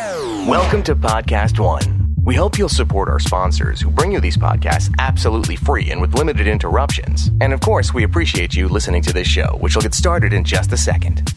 Welcome to Podcast One. We hope you'll support our sponsors who bring you these podcasts absolutely free and with limited interruptions. And of course, we appreciate you listening to this show, which will get started in just a second.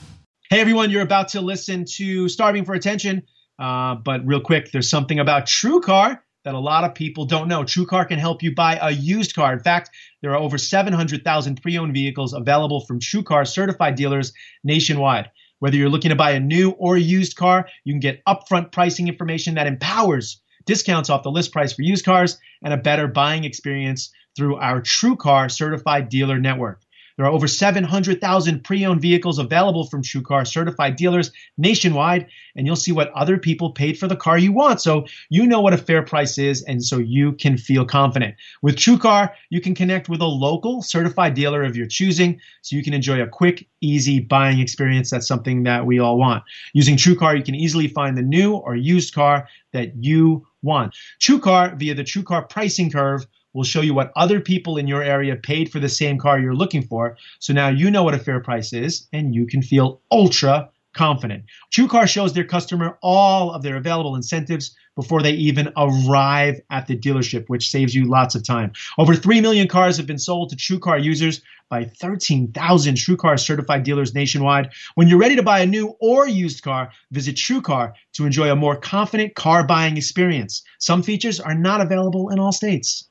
Hey everyone, you're about to listen to Starving for Attention. Uh, but real quick, there's something about TrueCar that a lot of people don't know. TrueCar can help you buy a used car. In fact, there are over 700,000 pre owned vehicles available from TrueCar certified dealers nationwide. Whether you're looking to buy a new or used car, you can get upfront pricing information that empowers discounts off the list price for used cars and a better buying experience through our TrueCar certified dealer network. There are over 700,000 pre owned vehicles available from TrueCar certified dealers nationwide, and you'll see what other people paid for the car you want. So you know what a fair price is, and so you can feel confident. With TrueCar, you can connect with a local certified dealer of your choosing so you can enjoy a quick, easy buying experience. That's something that we all want. Using TrueCar, you can easily find the new or used car that you want. TrueCar, via the TrueCar pricing curve, will show you what other people in your area paid for the same car you're looking for. So now you know what a fair price is and you can feel ultra confident. TrueCar shows their customer all of their available incentives before they even arrive at the dealership, which saves you lots of time. Over 3 million cars have been sold to TrueCar users by 13,000 TrueCar certified dealers nationwide. When you're ready to buy a new or used car, visit TrueCar to enjoy a more confident car buying experience. Some features are not available in all states.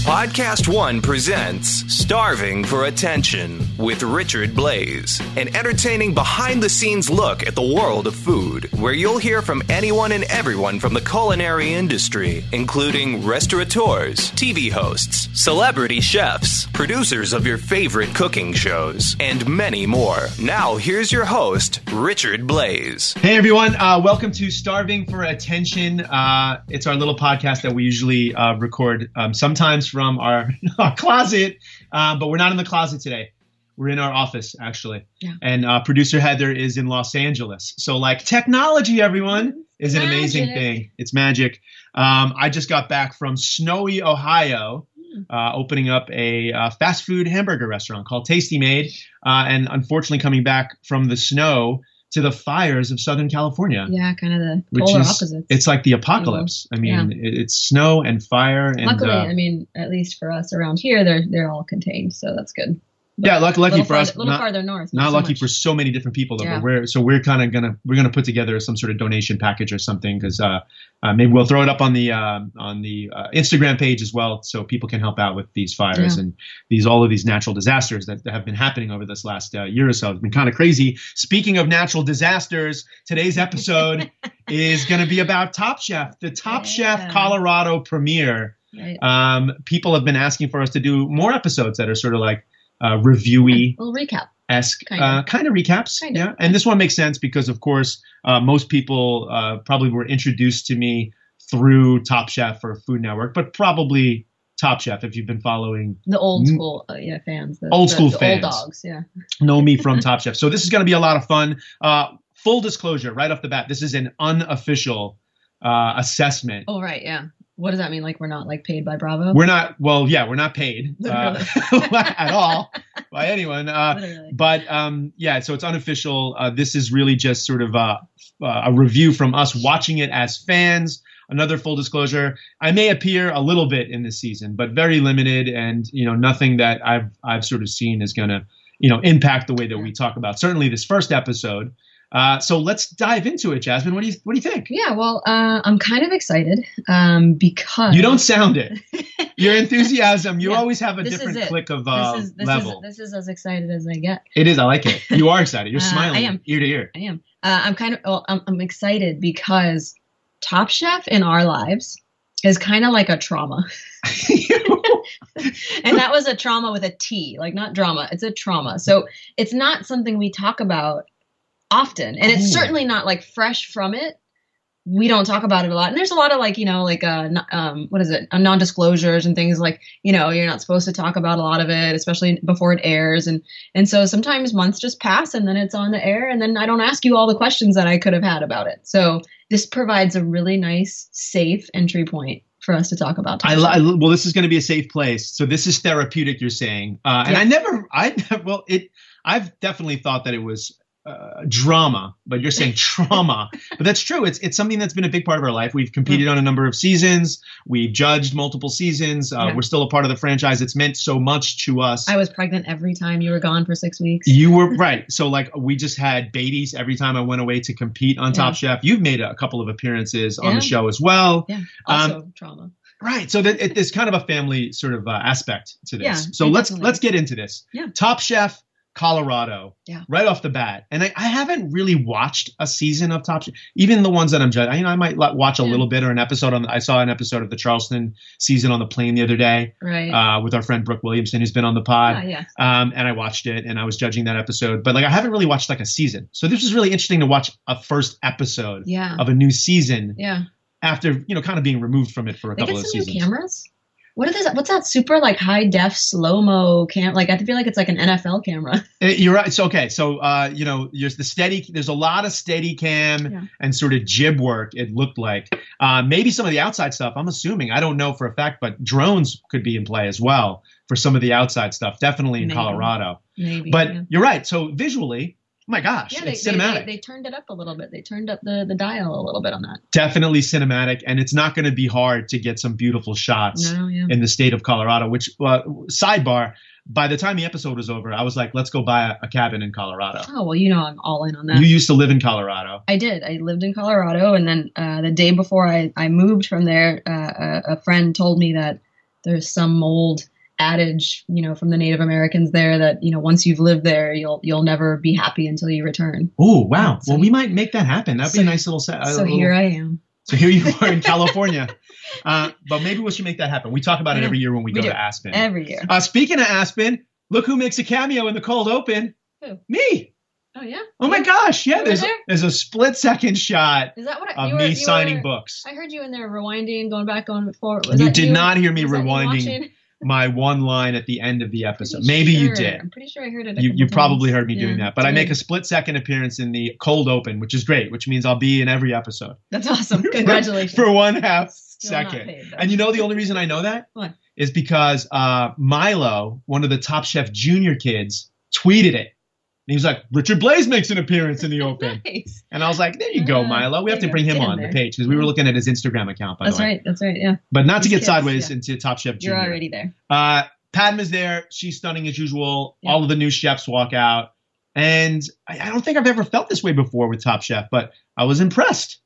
Podcast One presents Starving for Attention with Richard Blaze, an entertaining behind the scenes look at the world of food, where you'll hear from anyone and everyone from the culinary industry, including restaurateurs, TV hosts, celebrity chefs, producers of your favorite cooking shows, and many more. Now, here's your host, Richard Blaze. Hey everyone, uh, welcome to Starving for Attention. Uh, it's our little podcast that we usually uh, record um, sometimes from our, our closet, um, but we're not in the closet today. We're in our office actually, Yeah. and uh, producer Heather is in Los Angeles. So like technology, everyone is an amazing Mm-hmm. Magic. thing. It's magic. Um, I just got back from snowy Ohio, uh, opening up a uh, fast food hamburger restaurant called Tasty Made, uh, and unfortunately coming back from the snow to the fires of Southern California. Yeah, kind of the Which polar is, opposites. it's like the apocalypse. I mean, it, it's snow and fire and Luckily, uh, I mean, at least for us around here, they're they're all contained, so that's good. yeah, luck, lucky little for farther, us, little not, farther north. not so lucky much. for so many different people though. Yeah. But we're so we're kind of gonna we're gonna put together some sort of donation package or something because uh, uh, maybe we'll throw it up on the uh, on the uh, Instagram page as well, so people can help out with these fires Yeah. and these all of these natural disasters that have been happening over this last uh, year or so. It's been kind of crazy. Speaking of natural disasters, today's episode is going to be about Top Chef, the Top Chef Yeah. Colorado premiere Right. um, people have been asking for us to do more episodes that are sort of like uh, reviewy We'll recap. esque Kinda. uh, kind of recaps. Kinda. Yeah, and this one makes sense because, of course, uh, most people uh, probably were introduced to me through Top Chef or Food Network, but probably Top Chef if you've been following The old Mm. school, uh, yeah, fans. The, Old the- school the fans. Old dogs, yeah. know me from Top Chef. So this is going to be a lot of fun. Uh, full disclosure, right off the bat, this is an unofficial uh, assessment. Oh right, yeah. What does that mean? Like we're not like paid by Bravo? We're not well, yeah, we're not paid uh, at all by anyone. Uh, Literally. but um, yeah, so it's unofficial. Uh, this is really just sort of a, a review from us watching it as fans. Another full disclosure: I may appear a little bit in this season, but very limited, and you know nothing that I've I've sort of seen is gonna you know impact the way that we talk about certainly this first episode. Uh, so let's dive into it, Jasmine. What do you what do you think? Yeah, well, uh, I'm kind of excited um, because You don't sound it. Your enthusiasm. You Yeah, always have a this is different it. click of uh, This is this level. is this is as excited as I get. it is. I like it. You are excited. You're Uh, I smiling am. ear to ear. I am. Uh, I'm kind of. Well, I'm, I'm excited because Top Chef in our lives is kind of like a trauma, and that was a trauma with a T, like not drama. It's a trauma. So it's not something we talk about often, and it's Ooh. certainly not like fresh from it. We don't talk about it a lot, and there's a lot of like you know like uh n- um what is it uh, non-disclosures and things like you know you're not supposed to talk about a lot of it, especially before it airs, and and so sometimes months just pass and then it's on the air and then I don't ask you all the questions that I could have had about it. So this provides a really nice, safe entry point for us to talk about. I, Tasha. li- I li- well, this is going to be a safe place. So this is therapeutic. You're saying, uh, and Yeah. I never, I never, well, it. I've definitely thought that it was uh, drama, but you're saying trauma. but that's true. It's it's something that's been a big part of our life. We've competed Mm. on a number of seasons. We judged multiple seasons. Uh, Yeah. We're still a part of the franchise. It's meant so much to us. I was pregnant every time you were gone for six weeks. you were right. So like we just had babies every time I went away to compete on Top Chef. You've made a couple of appearances on Yeah. the show as well. Yeah. Also um, trauma. Right. So that it, there's kind of a family sort of uh, aspect to this. Yeah, so let's definitely. let's get into this. Yeah. Top Chef Colorado. Yeah. Right off the bat, and I, I haven't really watched a season of Top Chef, even the ones that I'm judging. I, you know, I might like, watch a Yeah. little bit or an episode on. I saw an episode of the Charleston season on the plane the other day Right. uh, with our friend Brooke Williamson, who's been on the pod Ah, yeah. um, and I watched it, and I was judging that episode. But like, I haven't really watched like a season, so this was really interesting to watch a first episode Yeah. of a new season Yeah. after you know kind of being removed from it for a They couple get of some new seasons. cameras. What are those? What's that super like high def slow mo cam? Like I feel like it's like an NFL camera. Uh, you're right. So okay, so uh, you know, there's the steady. There's a lot of steady cam Yeah. and sort of jib work. It looked like uh, maybe some of the outside stuff. I'm assuming. I don't know for a fact, but drones could be in play as well for some of the outside stuff. Definitely in Maybe. Colorado. Maybe. But yeah. you're right. So visually, oh my gosh, Yeah, they, it's they, cinematic. they, they turned it up a little bit. They turned up the, the dial a little bit on that. definitely cinematic, and it's not going to be hard to get some beautiful shots No, yeah. in the state of Colorado. Which uh, sidebar, by the time the episode was over, I was like, let's go buy a, a cabin in Colorado. Oh well, you know I'm all in on that. You used to live in Colorado. I did. I lived in Colorado, and then uh, the day before I, I moved from there, uh, a, a friend told me that there's some old adage, you know, from the Native Americans there that you know once you've lived there, you'll you'll never be happy until you return. Oh wow! So- well, we might make that happen. That'd So- be a nice little set. a so little- here I am. so here you are in California, uh, but maybe we should make that happen. We talk about it Yeah, every year when we, we go do. to Aspen. Every year. uh, speaking of Aspen, look who makes a cameo in the cold open. Who? Me. Oh yeah. Oh my gosh! Yeah, were there's there? there's a split second shot Is that what I, of you were, me you signing were, books. I heard you in there rewinding, going back, going forward. Was you that did not hear me was that you rewinding watching? my one line at the end of the Pretty episode. Maybe you sure. did. I'm pretty sure I heard it. a You, couple you times. probably heard me Yeah, doing that, but I did. make a split second appearance in the cold open, which is great, which means I'll be in every episode That's awesome. Congratulations. for one half Still not second. paid, though. And you know the only reason I know that is What? because uh, Milo, one of the Top Chef Junior kids, tweeted it. And he was like, Richard Blaze makes an appearance in the open. Nice. And I was like, there you go, Ah, Milo. We there have to you go. bring him Get him on the there. page because we were looking at his Instagram account, by That's the way. right. That's right. Yeah. But not to These get kids, sideways yeah. into Top Chef Junior. You're already there. Uh, Padma's there. She's stunning as usual. Yeah. All of the new chefs walk out. And I, I don't think I've ever felt this way before with Top Chef, but I was impressed.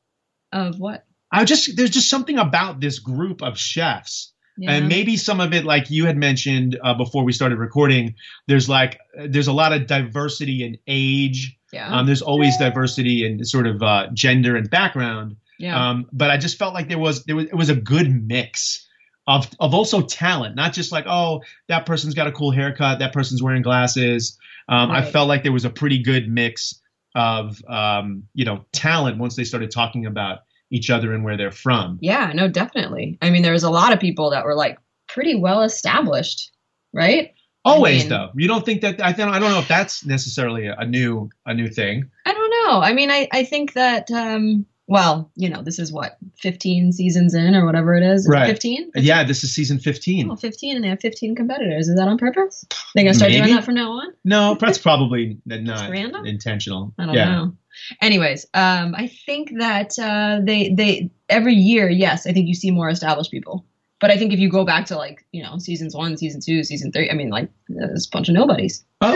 Of what? I just there's just something about this group of chefs, Yeah. and maybe some of it, like you had mentioned uh, before we started recording, there's like uh, there's a lot of diversity in age. Uh-huh. yeah. Um, there's always diversity in sort of uh, gender and background. yeah. Um, but I just felt like there was there was it was a good mix of of also talent, not just like oh that person's got a cool haircut, that person's wearing glasses. Um, I Right. felt like there was a pretty good mix of um, you know talent once they started talking about each other and where they're from. yeah. No, definitely. I mean, there was a lot of people that were like pretty well established, right? Always mean- though, you don't think that I don't I don't know if that's necessarily a new a new thing. I don't know. I mean, I, I think that, um, well, you know, this is what, 15 seasons in or whatever it is? Is it Right. 15? Yeah, this is season fifteen. Oh, 15, and they have 15 competitors. Is that on purpose? They're going to start Maybe. doing that from now on? No, that's probably not random? intentional. I don't yeah. know. Anyways, um, I think that uh, they they every year, yes, I think you see more established people. But I think if you go back to like you know seasons one, season two, season three, I mean like there's a bunch of nobodies. Oh,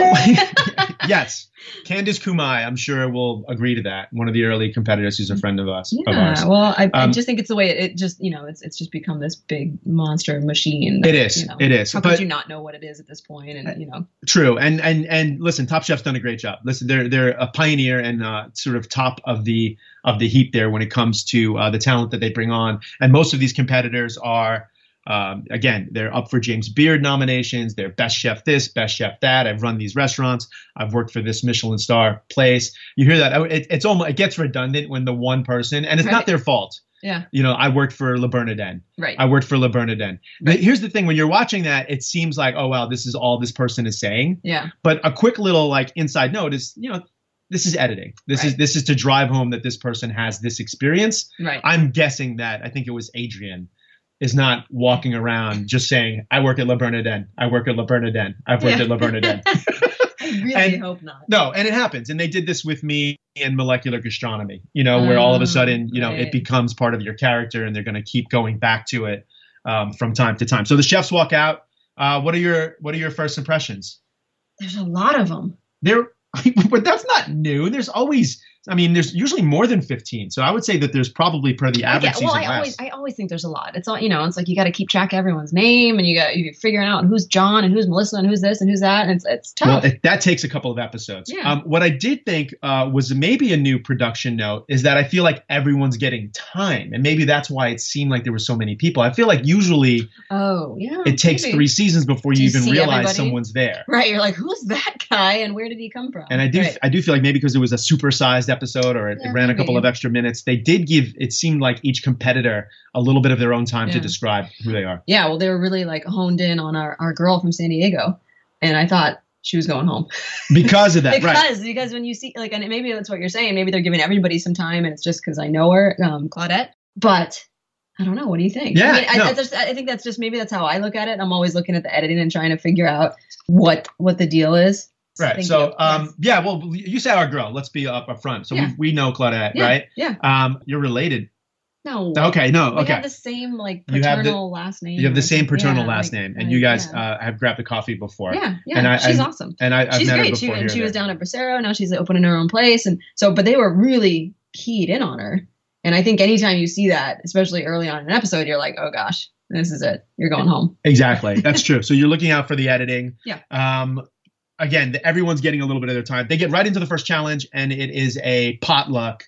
yes. Candace Kumai, I'm sure, will agree to that. One of the early competitors who's a friend of us. Of Yeah. ours. Well, I, I Um, just think it's the way it, it just you know it's it's just become this big monster machine. It is. you know, It is. How But could you not know what it is at this point? And you know, true. And and and listen, Top Chef's done a great job. Listen, they're they're a pioneer and uh, sort of top of the of the heap there when it comes to uh, the talent that they bring on. And most of these competitors are. Um, again, they're up for James Beard nominations. They're best chef this, best chef that. I've run these restaurants. I've worked for this Michelin star place. You hear that? It, it's almost it gets redundant when the one person, and it's not Right. their fault. yeah, you know, I worked for La Bernardin. right. I worked for La Bernardin. But here's the thing: when you're watching that, it seems like, oh wow, this is all this person is saying. yeah, But a quick little like inside note is, you know, this is editing. This is Right. this is to drive home that this person has this experience. right. I'm guessing that I think it was Adrian is not walking around just saying, I work at La Bernardin. I work at La Bernardin. I've worked Yeah. at La Bernardin. really And- hope not. No, and it happens. And they did this with me in molecular gastronomy, you know, where all of a Oh, sudden, you know, right. it becomes part of your character and they're going to keep going back to it um, from time to time. So the chefs walk out. Uh, what are your what are your first impressions? There's a lot of them. There but that's not new. There's always I mean, there's usually more than 15. So I would say that there's probably per the average yeah, well, season I less. always, I always think there's a lot. It's all, you know, it's like you got to keep track of everyone's name, and you got you figuring out who's John and who's Melissa and who's this and who's that, and it's it's tough. Well, it, that takes a couple of episodes. Yeah. Um, what I did think uh, was maybe a new production note is that I feel like everyone's getting time, and maybe that's why it seemed like there were so many people. I feel like usually oh, yeah. it takes maybe. three seasons before Do you, you even see realize everybody? someone's there. Right, you're like, who's that guy, and where did he come from? And I do, Right. I do feel like maybe because it was a supersized episode or it, it Yeah, ran a couple maybe. of extra minutes, they did give. It seemed like each competitor a little bit of their own time to Yeah. describe who they are. yeah, well, they were really like honed in on our, our girl from San Diego, and I thought she was going home Because of that, right? because because when you see like, and maybe that's what you're saying, maybe they're giving everybody some time, and it's just because I know her, um, Claudette, but. I don't know. What do you think? Yeah, I, mean, I, no. I, just, I think that's just maybe that's how I look at it. I'm always looking at the editing and trying to figure out what what the deal is. Right. Thank you. So, um, yeah. Well, you said our girl. Let's be up, up front. So Yeah. we, we know Claudette, Yeah, right? Yeah. Um, you're related No. Okay, no, We okay. have the same like You have the- paternal last name. You have the same paternal Yeah, last like- name, like, and you guys Yeah. uh, have grabbed a coffee before. yeah, yeah. and I- she's I- awesome. And I, I've she's met her great. She, before. and here she and was there. down at Bracero. Now she's opening her own place, and so but they were really keyed in on her. And I think anytime you see that, especially early on in an episode, you're like, oh gosh, this is it. You're going home. Exactly, that's true. So you're looking out for the editing. Yeah. Um, again, the- everyone's getting a little bit of their time. They get right into the first challenge, and it is a potluck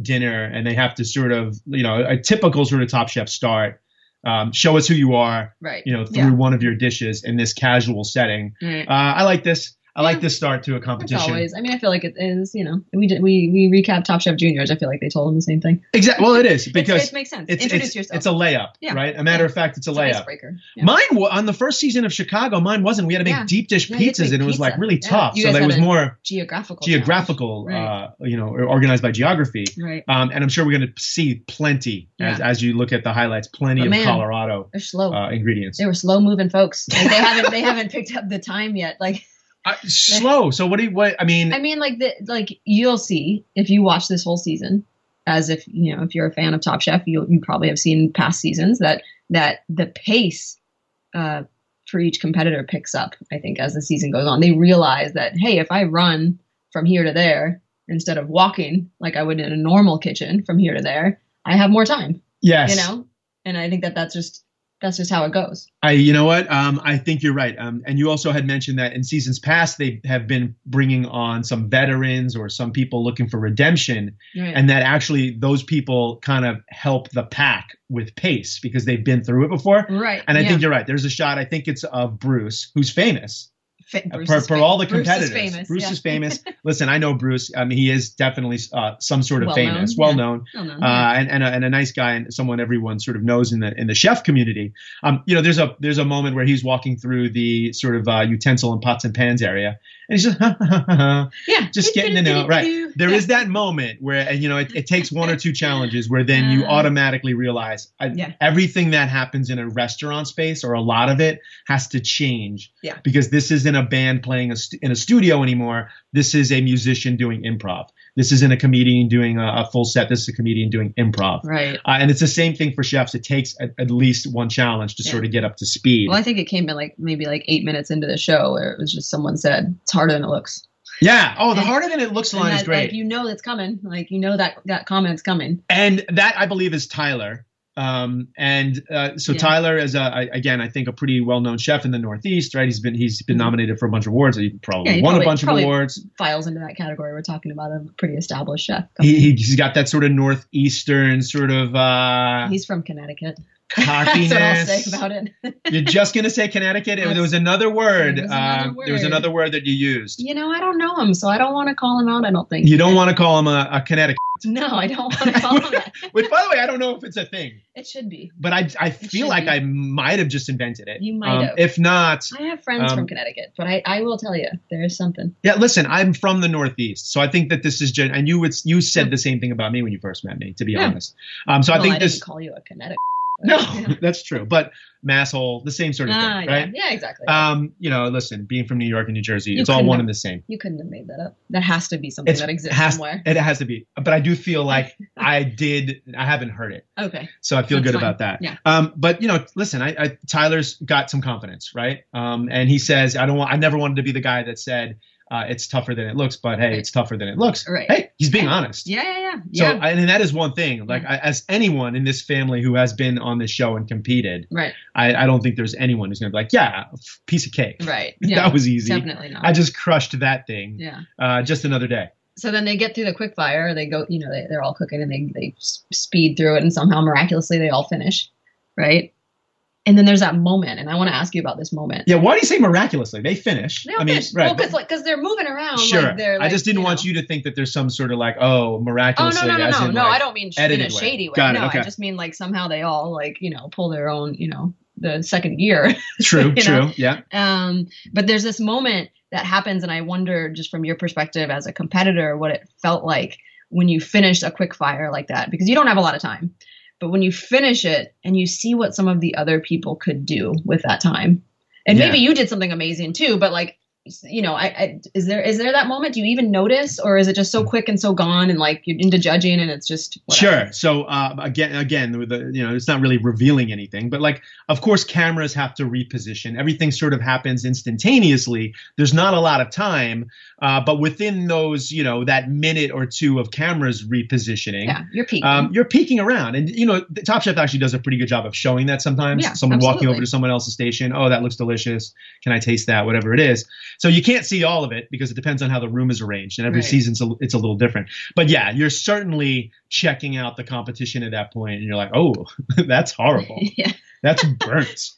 dinner, and they have to sort of, you know, a typical sort of Top Chef start. Um, show us who you are, Right. you know, through Yeah. one of your dishes in this casual setting. Right. Uh, I like this. I like Yeah. this start to a That's competition. always. I mean, I feel like it is. You know, we did, we we recap Top Chef Juniors. I feel like they told them the same thing. Exactly. Well, it is because it makes sense. it's Introduce it's, yourself. it's a layup, Yeah. right? A matter of fact, it's a It's an layup. icebreaker. Yeah. Mine wa- on the first season of Chicago, mine wasn't. We had to make Yeah. deep dish Yeah, you had pizzas, to and make it was pizza. like really Yeah. tough. You So guys that had was a more geographical. geographical, Right. uh, you know, or organized by geography. challenge. Right. Um, and I'm sure we're going to see plenty as, as you look at the highlights, plenty But of man, Colorado They're slow. uh, ingredients. they were slow moving folks. Like, they haven't they haven't picked up the time yet. Like Uh, slow. So what do you? What I mean? I mean, like the like you'll see if you watch this whole season, as if you know if you're a fan of Top Chef, you you probably have seen past seasons that that the pace uh, for each competitor picks up. I think as the season goes on, they realize that hey, if I run from here to there instead of walking like I would in a normal kitchen from here to there, I have more time. yes. You know, and I think that that's just that's just how it goes. I, you know what? Um, I think you're right. Um, and you also had mentioned that in seasons past, they have been bringing on some veterans or some people looking for redemption. and that actually those people kind of help the pack with pace because they've been through it before. right. And I yeah. think you're right. There's a shot. I think it's of Bruce, who's famous Fa- uh, Bruce for, is for fa- all the Bruce is competitors. famous, Bruce yeah. is famous. Listen, I know Bruce. I mean, he is definitely uh, some sort of Well-known, famous, yeah. Mm-hmm. well known, I don't know. uh, and and a, and a nice guy and someone everyone sort of knows in the in the chef community. Um, you know, there's a there's a moment where he's walking through the sort of uh, utensil and pots and pans area, and he's just yeah. just getting to know, right. There is that moment where and you know it, it takes one or two challenges where then you Uh, automatically realize I, yeah. everything that happens in a restaurant space or a lot of it has to change Yeah. because this isn't a band playing a st- in a studio anymore this is a musician doing improv this isn't a comedian doing a, a full set this is a comedian doing improv Right. uh, and it's the same thing for chefs it takes at, at least one challenge to Yeah. sort of get up to speed Well, I think it came in like maybe like eight minutes into the show where it was just someone said it's harder than it looks. yeah oh the And- harder than it looks And line that, is great Like you know that's coming. Like you know that that comment's coming. and that I believe is Tyler. Um, and uh, so Yeah. Tyler is a, I- again, I think a pretty well-known chef in the Northeast, right? He's been he's been Mhm. nominated for a bunch of awards. He probably Yeah, he won probably- a bunch probably- of awards. Files into that category. We're talking about a pretty established chef. He, he- he's got that sort of northeastern sort of uh, He's from Connecticut. cockiness. that's what I'll say about it. You're just gonna say Connecticut. There That's- was another word. There was uh, another there was word. another word that you used. you know, I don't know him, so I don't want to call him out. I don't think. You don't want to call him a, a Connecticut. No, I don't want to call him that. Which, by the way, I don't know if it's a thing, It should be. but I I feel should like be. I might have just invented it. Um, You might have. If not, I have friends Um, from Connecticut, but I, I will tell you, there is something. Yeah, listen, I'm from the Northeast, so I think that this is gen- and you would you said the same thing about me when you first met me, to be Yeah. honest. Um, so I Well, think Hmm. I this didn't call you a Connecticut. No, Yeah. that's true. But masshole, the same sort of Ah, thing, yeah. right? yeah, exactly. Um, you know, listen, being from New York and New Jersey, You it's all couldn't one have- and the same. you couldn't have made that up. That has to be something It's- that exists has, somewhere. It has to be. But I do feel like I did. I haven't heard it, Okay. so I feel That's good fine. about that. Yeah. Um, but you know, listen, I, I Tyler's got some confidence, right? Um, and he says, I don't want. I never wanted to be the guy that said uh, it's tougher than it looks, but hey, Right. it's tougher than it looks. Right. Hey, he's being honest. Yeah, yeah, yeah. So, Yeah. Mm-hmm. I- and that is one thing. Like, I, as anyone in this family who has been on this show and competed, right. I, I don't think there's anyone who's going to be like, yeah, f- piece of cake. Right. Yeah. that was easy. definitely not. I just crushed that thing. yeah. Uh, just another day. So then they get through the quick fire. They go, you know, they, they're all cooking and they, they s- speed through it and somehow miraculously they all finish. Right. And then there's that moment. And I want to ask you about this moment. Yeah, why do you say miraculously? They finish. They all I mean, finish. right. because like, 'cause they're moving around. sure. Like, they're, I just didn't want you to think that there's some sort of like, oh, Oh miraculously. no no no as no in, no! like- I don't mean sh- in edited a way. shady way. Got it, no, okay. I just mean like somehow they all like you know pull their own you know the second gear. True, you true. know? Yeah. Um, but there's this moment that happens, and I wonder, just from your perspective as a competitor, what it felt like when you finish a quick fire like that, because you don't have a lot of time. But when you finish it and you see what some of the other people could do with that time, and Yeah. maybe you did something amazing too, but like, you know, I, I is there is there that moment? Do you even notice, or is it just so quick and so gone, and like you're into judging, and it's just whatever? Sure. So uh, again, again, with the, you know, it's not really revealing anything, but like, of course, cameras have to reposition. Everything sort of happens instantaneously. There's not a lot of time, uh, but within those, you know, that minute or two of cameras repositioning, Yeah, you're peaking. um, you're peeking around, and you know the Top Chef actually does a pretty good job of showing that sometimes. Yeah, Someone walking absolutely. over to someone else's station, oh, that looks delicious. Can I taste that? Whatever it is. So you can't see all of it because it depends on how the room is arranged, and every Right. season's a, it's a little different. But yeah, you're certainly checking out the competition at that point, and you're like, oh, that's horrible. yeah, That's burnt.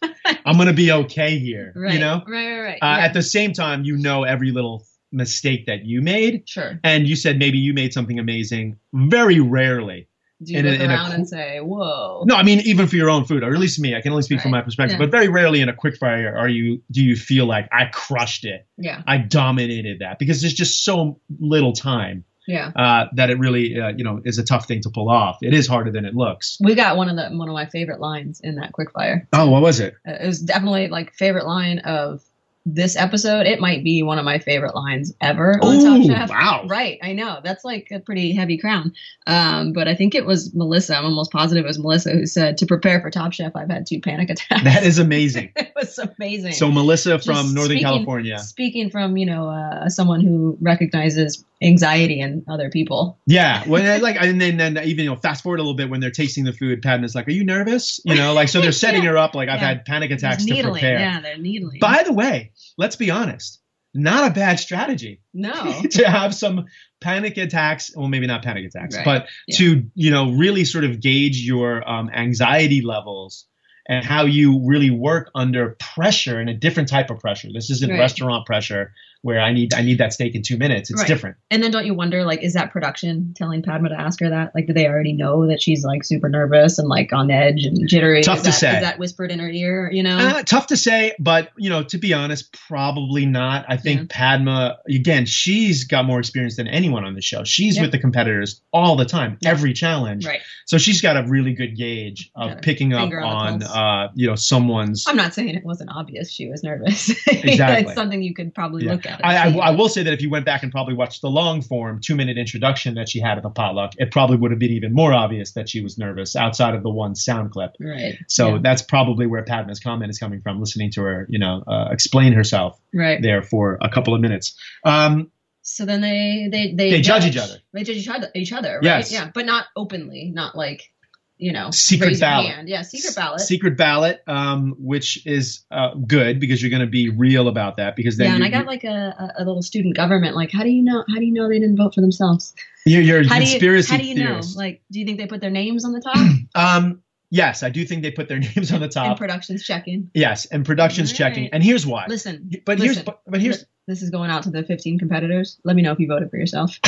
I'm gonna be okay here. right. You know. right, right, right. Uh, yeah, At the same time, you know every little mistake that you made. sure. And you said maybe you made something amazing. Very rarely Do you in a- look in a around qu- and say, "Whoa"? No, I mean even for your own food, or at least me, I can only speak from Right. my perspective. Yeah. But very rarely in a quick fire are you do you feel like I crushed it, Yeah, I dominated that because there's just so little time yeah. uh, that it really uh, you know is a tough thing to pull off. It is harder than it looks. We got one of the one of my favorite lines in that quickfire. Oh, what was it? Uh, It was definitely like favorite line of this episode. It might be one of my favorite lines ever on Oh, Top Chef. wow! Right, I know that's like a pretty heavy crown. Um, but I think it was Melissa. I'm almost positive it was Melissa who said, "To prepare for Top Chef, I've had two panic attacks." That is amazing. it was amazing. So Melissa Just from Northern speaking- California. Speaking from you know uh, someone who recognizes anxiety in other people, Yeah, when I, like, and then, then even you know, fast forward a little bit when they're tasting the food. Patton is like, "Are you nervous?" You know, like so they're setting Yeah. her up. Like I've Yeah. had panic It's attacks to needling. prepare. Yeah, they're needling. By the way, let's be honest, not a bad strategy no, to have some panic attacks. Well, maybe not panic attacks, Right. but Yeah. to you know really sort of gauge your um, anxiety levels and how you really work under pressure and a different type of pressure. This isn't Right. restaurant pressure where I need I need that steak in two minutes. It's Right. different. And then don't you wonder, like, is that production telling Padma to ask her that? Like, do they already know that she's like super nervous and like on edge and jittery? Tough is to that, say. Is that whispered in her ear? You know? Uh, tough to say, but you know, to be honest, probably not. I think Yeah. Padma, again, she's got more experience than anyone on the show. She's Yeah. with the competitors all the time, every challenge. right. So she's got a really good gauge of Got a picking up finger on on, the uh, you know someone's. I'm not saying it wasn't obvious she was nervous. Exactly. it's something you could probably Yeah. look at. and I, I, see. I will say that if you went back and probably watched the long form two minute introduction that she had at the potluck, it probably would have been even more obvious that she was nervous outside of the one sound clip. right. So Yeah. that's probably where Padma's comment is coming from, listening to her, you know, uh, explain herself right. there for a couple of minutes. Um, so then they they they, They judge each other. They judge each other. Each other. Right? Yes. Yeah, but not openly. Not like you know Secret raise your ballot. hand. Yeah, secret ballot. Secret ballot, um, which is uh, good because you're going to be real about that because then yeah, and you're, I got like a, a, a little student government. Like, how do you know? How do you know they didn't vote for themselves? you're, you're a how do you, conspiracy how do you theorist. know? Like, do you think they put their names on the top Um, yes, I do think they put their names on the and top. productions checking? yes, and production's All checking. right. And here's why. Listen, but here's listen. but, but here's this is going out to the 15 competitors. Let me know if you voted for yourself.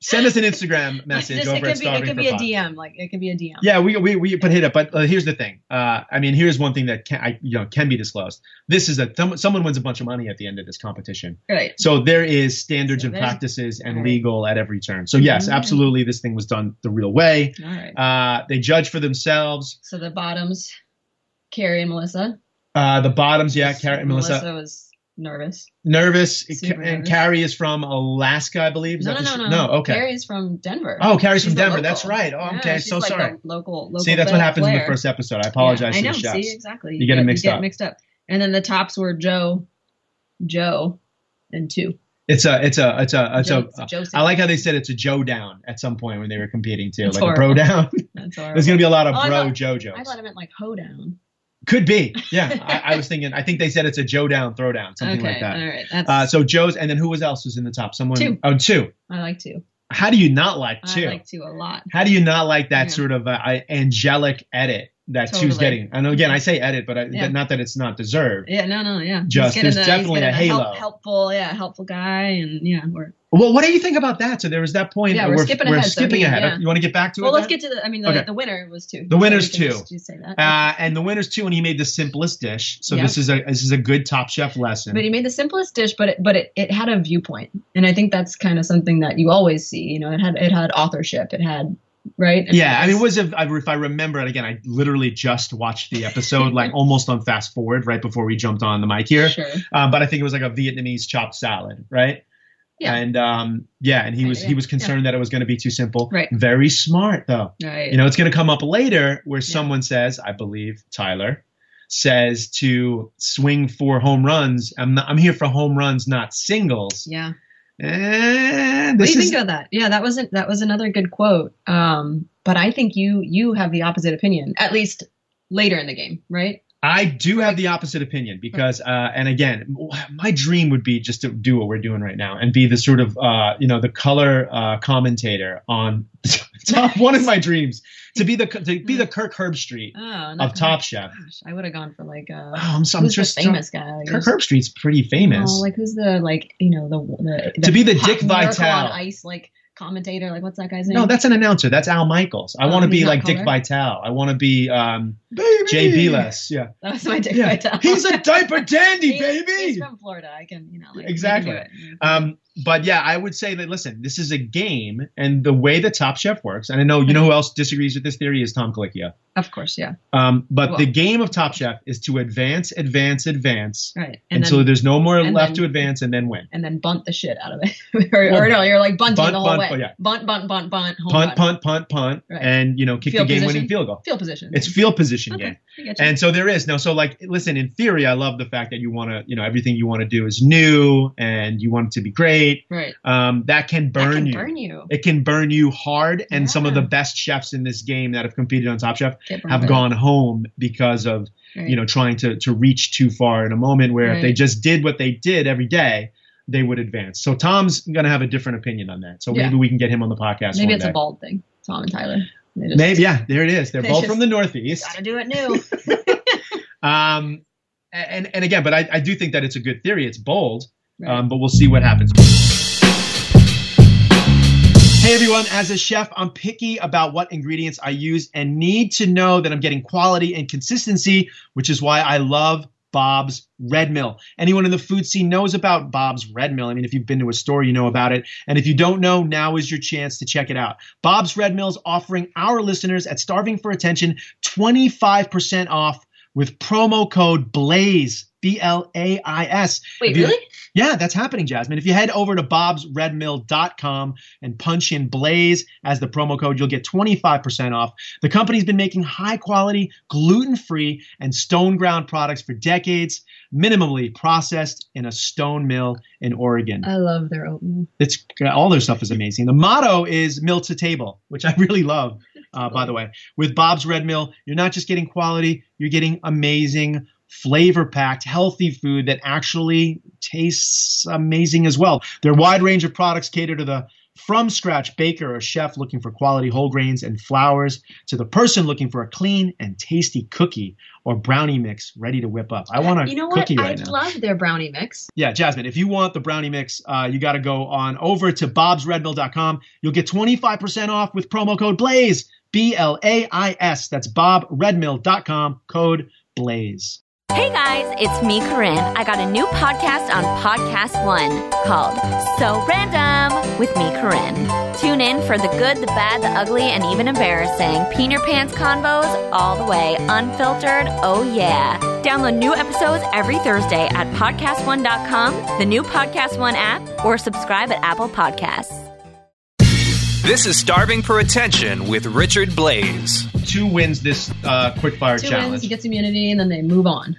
Send us an Instagram message Just- over at it could be it Starving could for be a Pod. DM. Like it could be a DM. Yeah, we, we, we but hit it. But uh, here's the thing. Uh, I mean, here's one thing that can I, you know can be disclosed. This is that some, someone wins a bunch of money at the end of this competition. Right. So there is standards and There's- practices and Right. legal at every turn. So yes, Mhm. absolutely, this thing was done the real way. All right. Uh, they judge for themselves. so the bottoms, Carrie and Melissa. Uh, the bottoms, yeah, Carrie and Melissa, was nervous. nervous, Super and nervous. Carrie is from Alaska, I believe. Is No, that no, the no, sh- no, okay. Carrie's from Denver. oh, Carrie's She's from the Denver. local. That's right. Oh, Yeah, okay. she's So like sorry. The local, local. see, that's what Flair. happens in the first episode. I apologize Yeah, to I the know. chefs. See, exactly. You get it mixed you up. Get mixed up. And then the tops were Joe, Joe, and two. It's a, it's a, it's a, it's Joe, a. Joseph. Uh, I like how they said it's a Joe down at some point when they were competing too, It's like a bro horrible. down. That's all right. There's gonna be a lot of Oh, I bro thought- I JoJo's. thought it meant like hoedown. Could be, yeah. I, I was thinking. I think they said it's a Joe down, throw down, something okay, like that. all right. That's Uh, so Joe's, and then who was else was in the top? Someone. Two. Oh, two. I like two. How do you not like I two? like two a lot. How do you not like that Yeah. sort of uh, I- angelic edit that two's Totally. getting? And again, I say edit, but I, Yeah. not that it's not deserved. Yeah, no, no, yeah. He's Just- getting there's the- he's definitely getting a the help- halo. helpful, yeah, helpful guy, and yeah, we're Well, what do you think about that? So there was that point. Yeah, we're skipping we're ahead, so skipping we- ahead. yeah. You want to get back to well. it? Let's then? get to the. I mean, the, Okay. the winner was two. The winner's We can two. Just, just say that. Uh, and the winner's two, and he made the simplest dish. So Yeah. this is a this is a good Top Chef lesson. but he made the simplest dish, but it, but it, it had a viewpoint, and I think that's kind of something that you always see. You know, it had it had authorship. It had right. And yeah, I mean, it was a, I- if I remember it again, I literally just watched the episode, like almost on fast forward, right before we jumped on the mic here. sure. Um, but I think it was like a Vietnamese chopped salad, right? Yeah. And um, yeah, and he was he Yeah, was concerned that it was going to be too simple. Right. Very smart though. Right. You know, it's going to come up later where someone says, I believe Tyler says to swing for home runs. I'm not, I'm here for home runs, not singles. yeah. And What do this you is think of that? Yeah, that wasn't that was another good quote. Um, but I think you you have the opposite opinion, at least later in the game, right? I do have the opposite opinion because, Hmm. uh, and again, my dream would be just to do what we're doing right now and be the sort of, uh, you know, the color uh, commentator on top. One of my dreams to be the to be Hmm. the Kirk Herbstreit Oh, not of Top Chef. Gosh, I would have gone for like Oh, uh, I'm so I'm who's the just famous guy? Like, Kirk who's- Herbstreit's pretty famous. Oh, like who's the like you know the the, To be the hot Dick Miracle Vitale. on ice like commentator like what's that guy's name? no, that's an announcer. That's Al Michaels. I Oh, want to he's be not like Dick color? Vitale. I want to be um, Jay Belis. Yeah, that was my Dick yeah. Vitale. He's a diaper dandy, He's- baby. He's from Florida. I can you know like I can Exactly. do it. Um, but yeah, I would say that listen, this is a game, and the way the Top Chef works, and I know you know who else disagrees with this theory is Tom Colicchio. of course, yeah, Um, but the Well- game of Top Chef is to advance, advance, advance right. And until then there's no more and left then- to advance, and then win. and then bunt the shit out of it, or, Well, or no, you're like bunting bunt, the whole bunt, way. but yeah. Bunt, bunt, bunt, bunt, home Punt, run. punt, punt, punt, Right. and you know kick Field the game-winning position? field goal. field position. It's field position okay. game. I get you. And so there is no. So like, listen. In theory, I love the fact that you want to, you know, everything you want to do is new, and you want it to be great. right, Um, that can burn that can you. burn you. It can burn you hard, and some of the Yeah. best chefs in this game that have competed on Top Chef Get burned have by it. gone home because of Right. you know trying to to reach too far in a moment where if they Right. just did what they did every day, they would advance. So Tom's going to have a different opinion on that. So Yeah. maybe we can get him on the podcast. Maybe one it's day. a bald thing. Tom and Tyler. They just Maybe yeah, there it is. They're They both just- from the Northeast. Gotta do it new. Um, and and again, but I, I do think that it's a good theory. It's bold, Right. um, but we'll see what happens. Hey everyone, as a chef, I'm picky about what ingredients I use and need to know that I'm getting quality and consistency, which is why I love Bob's Red Mill. Anyone in the food scene knows about Bob's Red Mill. I mean, if you've been to a store, you know about it. And if you don't know, now is your chance to check it out. Bob's Red Mill is offering our listeners at Starving for Attention 25% off with promo code BLAZE, B L A I S. Wait, If you- really? Yeah, that's happening, Jasmine. If you head over to bobsredmill.com and punch in Blaze as the promo code, you'll get 25% off. The company's been making high quality, gluten free, and stone ground products for decades, minimally processed in a stone mill in Oregon. I love their oatmeal. It's all their stuff is amazing. The motto is "Mill to Table," which I really love. Uh, by the way, with Bob's Red Mill, you're not just getting quality; you're getting amazing, flavor-packed, healthy food that actually tastes amazing as well. Their wide range of products cater to the From scratch baker or chef looking for quality whole grains and flours to the person looking for a clean and tasty cookie or brownie mix ready to whip up. I want a You know what? cookie right I now. love their brownie mix. Yeah, Jasmine, if you want the brownie mix, uh, you got to go on over to bobsredmill.com. You'll get 25% off with promo code BLAZE, B L A I S. That's bobredmill.com, code BLAZE. Hey guys, it's me, Corinne. I got a new podcast on Podcast One called So Random with me, Corinne. Tune in for the good, the bad, the ugly, and even embarrassing. Peen your pants convos all the way, unfiltered. Oh yeah. Download new episodes every Thursday at podcastone.com, the new Podcast One app, or subscribe at Apple Podcasts. This is Starving for Attention with Richard Blaze. Two wins this uh, quickfire Two challenge. wins, he gets immunity, and then they move on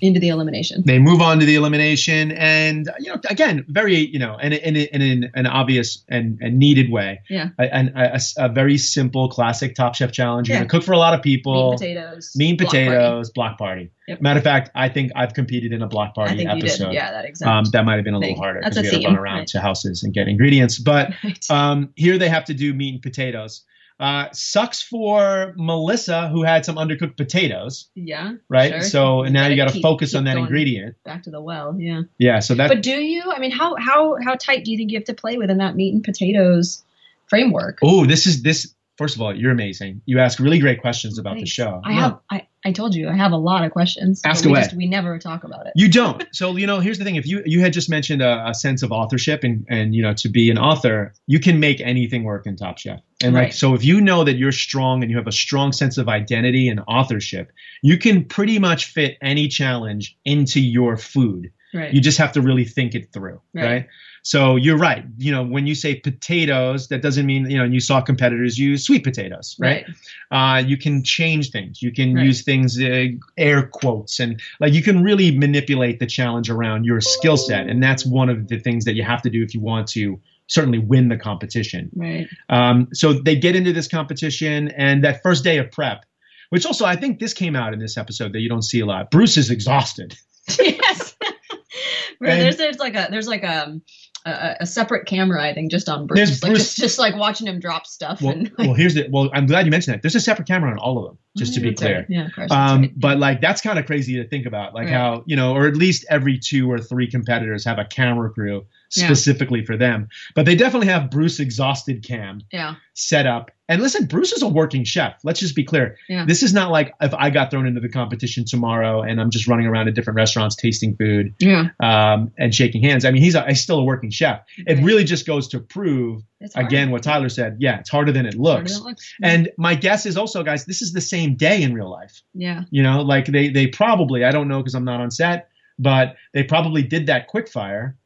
into the elimination. they move on to the elimination, and you know, again, very you know, in in in, in an obvious and, and needed way, Yeah. A- and a, a s- a very simple, classic Top Chef challenge. You're Yeah. gonna cook for a lot of people. mean potatoes. Mean block party. potatoes, block party. Yep. Matter of fact, I think I've competed in a block I party think episode. you did. Yeah, that exactly. Um, that might have been a little Thing. harder That's because we a had to run scene, around right. to houses and get ingredients. But Right. um, here they have to do meat and potatoes. Uh, sucks for Melissa who had some undercooked potatoes, yeah. right? sure. So now you gotta got to keep- focus keep on that going. ingredient. Back to the well. Yeah. Yeah. So that But do you? I mean, how how how tight do you think you have to play within that meat and potatoes framework? oh, this is this. First of all, you're amazing. You ask really great questions about the Thanks. show. I No. have I, I told you I have a lot of questions. Ask but we away. Just, we never talk about it. You don't. So you know, here's the thing: if you you had just mentioned a, a sense of authorship and and you know to be an author, you can make anything work in Top Chef. And like Right. so, if you know that you're strong and you have a strong sense of identity and authorship, you can pretty much fit any challenge into your food. right. You just have to really think it through, right? Right. So you're right. You know, when you say potatoes, that doesn't mean you know. And you saw competitors use sweet potatoes, right? uh, you can change things you can Right. use things uh, air quotes and like you can really manipulate the challenge around your skill set and that's one of the things that you have to do if you want to certainly win the competition Right. um, so they get into this competition and that first day of prep which also i think this came out in this episode that you don't see a lot bruce is exhausted yes. Where And- there's there's like a there's like a a, a separate camera I think just on Bruce, There's like Bruce- Just, just like watching him drop stuff well, and like, well here's the well i'm glad you mentioned that there's a separate camera on all of them just to be That's clear right. Yeah, of course. that's Um, right. but like that's kind of crazy to think about, like Right. how you know, or at least every two or three competitors have a camera crew Yeah. specifically for them. But they definitely have Bruce exhausted cam yeah, set up. And listen, Bruce is a working chef. Let's just be clear. Yeah. This is not like if I got thrown into the competition tomorrow and I'm just running around to different restaurants tasting food yeah. um, and shaking hands. I mean, he's, a, he's still a working chef. It Right. really just goes to prove It's hard. again what Tyler said. Yeah, it's harder than it Harder looks. than it looks. And my guess is also, guys, this is the same day in real life. yeah, You know, like they they probably I don't know because I'm not on set, but they probably did that quick fire,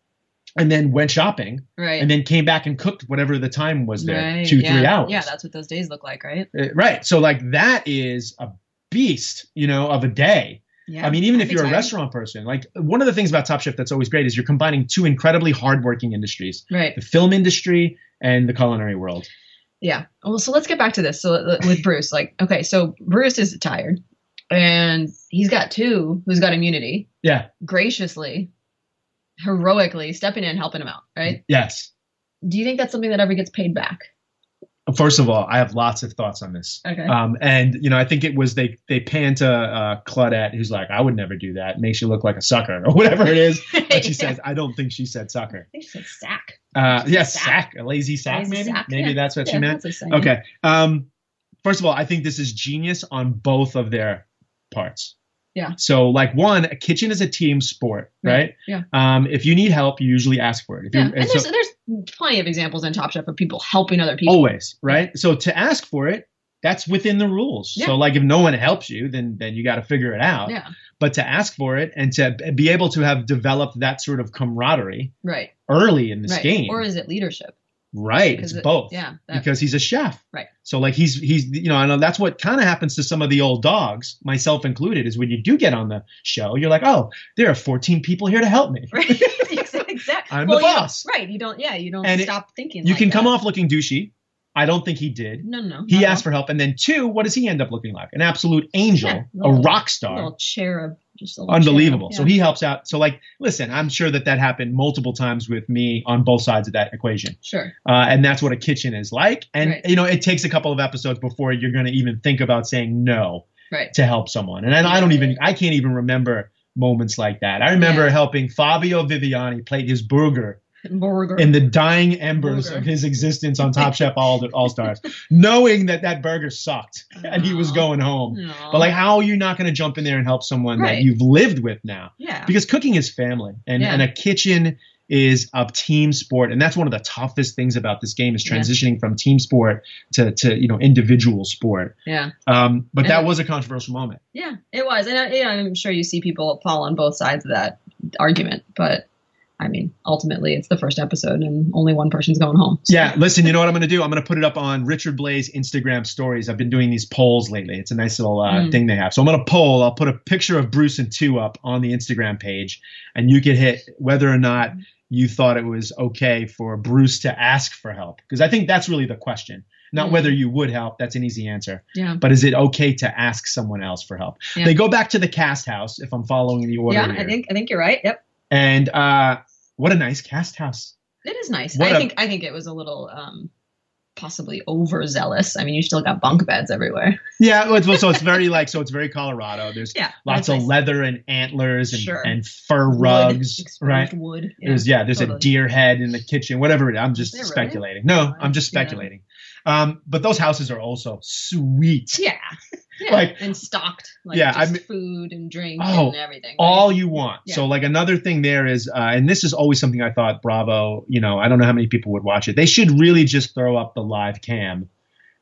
and then went shopping, right. and then came back and cooked whatever the time was there, Right, two yeah. three hours. Yeah, that's what those days look like, right? Uh, right. So like that is a beast, you know, of a day. Yeah. I mean, even if Happy you're a time. restaurant person, like one of the things about Top Chef that's always great is you're combining two incredibly hardworking industries: right. the film industry and the culinary world. Yeah. Well, so let's get back to this. So uh, with Bruce, like, okay, so Bruce is tired, and he's got two who's got immunity, Yeah. graciously, heroically stepping in, helping him out. Right? Yes. Mm-hmm. Do you think that's something that ever gets paid back? First of all, I have lots of thoughts on this. Okay. Um, and you know, I think it was they they pan to uh, Claudette, who's like, "I would never do that. Makes you look like a sucker, or whatever it is." But she Yeah. says, "I don't think she said sucker." I think she said sack. Uh, She said yeah, sack. sack, a lazy sack, Lazy maybe. sack, Maybe yeah. that's what she Yeah, meant. that's a saying. Okay. Um, first of all, I think this is genius on both of their parts. Yeah. So, like, one, a kitchen is a team sport, right? Yeah. Um, if you need help, you usually ask for it. If Yeah. you And, and so- there's there's plenty of examples in Top Chef of people helping other people. always right so to ask for it that's within the rules Yeah. so like if no one helps you then then you got to figure it out Yeah. but to ask for it and to b- be able to have developed that sort of camaraderie Right. early in this right. game Or is it leadership? right it's Because it- both Yeah. that- because he's a chef Right. so like he's he's you know i know that's what kind of happens to some of the old dogs myself included is when you do get on the show you're like oh there are 14 people here to help me right. exactly. I'm well, the you don't- boss. right. You don't. Yeah. You don't And it- stop thinking. you like can that. come off looking douchey i don't think he did No, no. no, He not at asked for help, and then two, what does he end up looking like? An absolute angel, Yeah, a little- rock all. star. little cherub. Just a little unbelievable. chair. So he helps out. So like, listen, I'm sure that that happened multiple times with me on both sides of that equation, sure. uh, and that's what a kitchen is like. And Right. you know, it takes a couple of episodes before you're going to even think about saying no Right. to help someone. And I, I don't even, I can't even remember moments like that. I remember Yeah. helping Fabio Viviani plate his burger Burger. in the dying embers Burger. of his existence on Top Chef All All Stars, knowing that that burger sucked and he was Aw. going home. Aw. But like, how are you not going to jump in there and help someone that Right. you've lived with now? yeah. Because cooking is family, and Yeah. and a kitchen is a team sport, and that's one of the toughest things about this game is Yeah. transitioning from team sport to to you know individual sport. Yeah. Um, but that And- was a controversial moment. Yeah, it was, and I, you know, I'm sure you see people fall on both sides of that argument, but I mean, ultimately, it's the first episode, and only one person's going home. So- Yeah, listen, you know what I'm going to do? I'm going to put it up on Richard Blaze Instagram stories. I've been doing these polls lately. It's a nice little uh, Mm. thing they have. So I'm going to poll. I'll put a picture of Bruce and Two up on the Instagram page, and you can hit whether or not you thought it was okay for Bruce to ask for help. Because I think that's really the question. Not Mm. whether you would help, that's an easy answer, yeah, but is it okay to ask someone else for help? Yeah. They go back to the cast house, if I'm following the order. yeah. here. I think I think you're right. Yep, and uh, what a nice cast house. it is nice. What I a- think I think it was a little um, possibly overzealous. I mean, you still got bunk beds everywhere. Yeah, well, it's- so it's very like so it's very Colorado. There's Yeah, lots that's of nice. leather and antlers and, Sure. and fur Wood, rugs, exposed right? Wood. Yeah. There's yeah, there's a totally. deer head in the kitchen, whatever it is. I'm just there really? speculating. Oh, No, I I'm didn't just see that. speculating. Um, but those houses are also sweet. Yeah. yeah. Like- and stocked. Like, Yeah, yeah, I just mean- food and drink Oh, and everything. All you want. So Yeah. like another thing there is, uh, and this is always something I thought Bravo. You know, I don't know how many people would watch it. They should really just throw up the live cam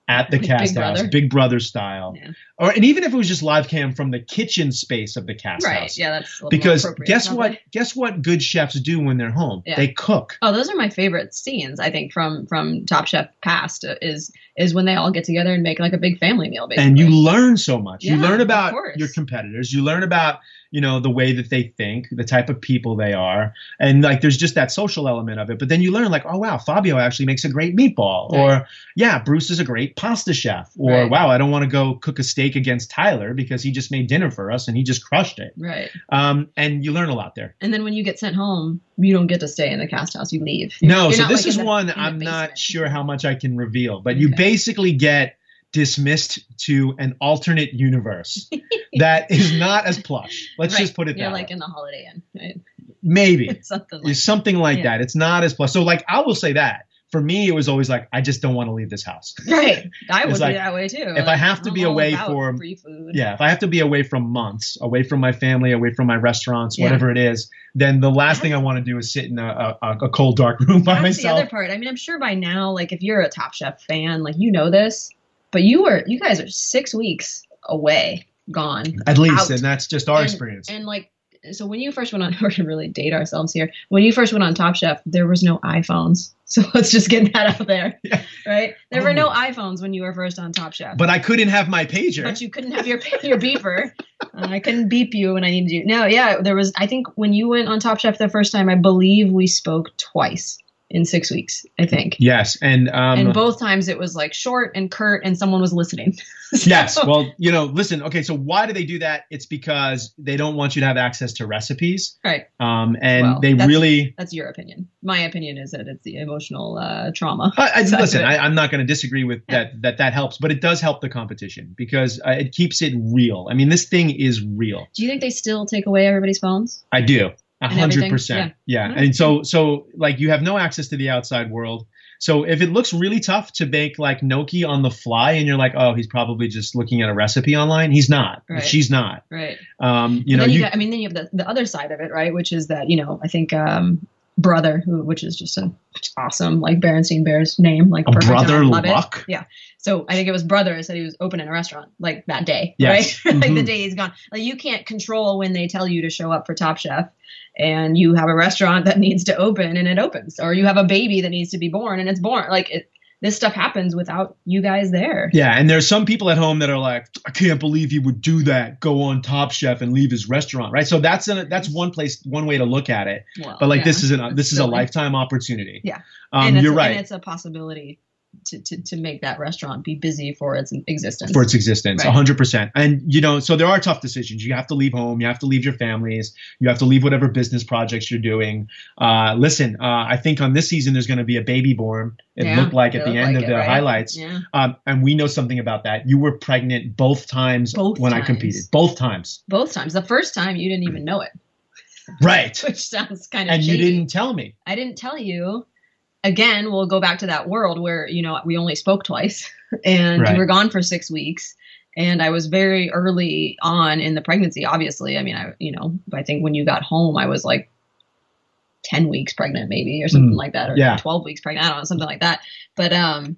at the Big cast house, Brother. Big Brother style, Yeah. or and even if it was just live cam from the kitchen space of the cast right. house. Yeah, that's a little more because appropriate, guess probably. what guess what good chefs do when they're home Yeah. they cook Oh, those are my favorite scenes. I think from from Top Chef past uh, is is when they all get together and make like a big family meal. Basically, and you learn so much you Yeah, learn of about course. your competitors you learn about you know the way that they think the type of people they are and like there's just that social element of it but then you learn like oh wow fabio actually makes a great meatball Right. or yeah bruce is a great pasta chef or Right. wow i don't want to go cook a steak against tyler because he just made dinner for us and he just crushed it right? um, and you learn a lot there And then when you get sent home, you don't get to stay in the cast house. You leave. No, You're so not, this like, is in the- one in the I'm not basement. sure how much I can reveal, but you Okay. basically get dismissed to an alternate universe that is not as plush. Let's Right. just put it You're that like way. in the Holiday Inn, right? Maybe Something like it's something like Yeah. that. It's not as plush. So like I will say that for me, it was always like I just don't want to leave this house. right. I It's would like, be that way too. if I have to I'm be all away about for- free food, Yeah, if I have to be away from months, away from my family, away from my restaurants, Yeah. whatever it is, then the last thing I want to do is sit in a, a, a cold dark room by That's myself. the other part. I mean, I'm sure by now, like if you're a Top Chef fan, like you know this, but you were you guys are six weeks away, gone. At least, out. and that's just our And- experience. And like, so when you first went on, we're gonna really date ourselves here. When you first went on Top Chef, there was no iPhones. So let's just get that out there, Yeah. right? There were no Oh. iPhones when you were first on Top Chef, but I couldn't have my pager. But you couldn't have your your beeper. Uh, I couldn't beep you when I needed you. No, yeah, there was. I think when you went on Top Chef the first time, I believe we spoke twice in six weeks. I think. Yes, and um, and both times it was like short and curt, and someone was listening. So- yes. Well, you know, listen. Okay, so why do they do that? It's because they don't want you to have access to recipes, right. um, and Well, they that's- really. That's your opinion. My opinion is that it's the emotional uh, trauma. I, I, side to listen, it. I, I'm not going to disagree with that. That that helps, but it does help the competition because uh, it keeps it real. I mean, this thing is real. Do you think they still take away everybody's phones? I do. A And everything, hundred percent. Yeah. And so so like you have no access to the outside world. So if it looks really tough to bake like gnocchi on the fly and you're like, oh, he's probably just looking at a recipe online. He's not. Right. She's not. Right. Um, you You know, then you, you, got, I mean, then you have the, the other side of it, right? Which is that, you know, I think um, Brother, who, which is just a awesome, like Berenstein Bear's name, like A perfect. and I Brother love it. Luck? Yeah. So I think it was Brother said he was opening a restaurant like that day, Yes. right? like the Mhm. day he's gone. Like you can't control when they tell you to show up for Top Chef. And you have a restaurant that needs to open and it opens, or you have a baby that needs to be born and it's born. Like it, this stuff happens without you guys there. Yeah, and there's some people at home that are like, I can't believe he would do that, go on Top Chef and leave his restaurant, right? So that's an, that's one place, one way to look at it. Well, But like yeah. this is an this is a Silly. lifetime opportunity. Yeah. um, and it's, you're a- right. And it's a possibility to, to, to make that restaurant be busy for its existence. for its existence Right. 100% and you know so there are tough decisions you have to leave home you have to leave your families you have to leave whatever business projects you're doing uh, listen uh, i think on this season there's going to be a baby born it Yeah, looked like at the looked end like of it, the right? highlights Yeah. um, and we know something about that you were pregnant both times Both when i times. competed both times Both times. The first time you didn't even know it, right which sounds kind of and you shady. didn't tell me I didn't tell you. Again, we'll go back to that world where, you know, we only spoke twice and Right. you were gone for six weeks. And I was very early on in the pregnancy, obviously. I mean, I, you know, I think when you got home, I was like 10 weeks pregnant, maybe, or something Mm, like that, or yeah. 12 weeks pregnant. I don't know, something like that. But, um,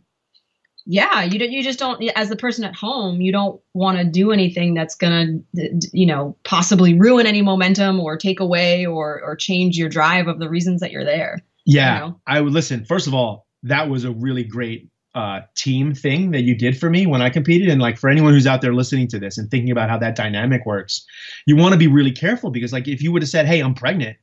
yeah, you don't, you just don't, as the person at home, you don't want to do anything that's going to, you know, possibly ruin any momentum or take away or, or change your drive of the reasons that you're there. yeah know? i would listen first of all that was a really great uh, team thing that you did for me when i competed and like for anyone who's out there listening to this and thinking about how that dynamic works you want to be really careful because like if you would have said hey i'm pregnant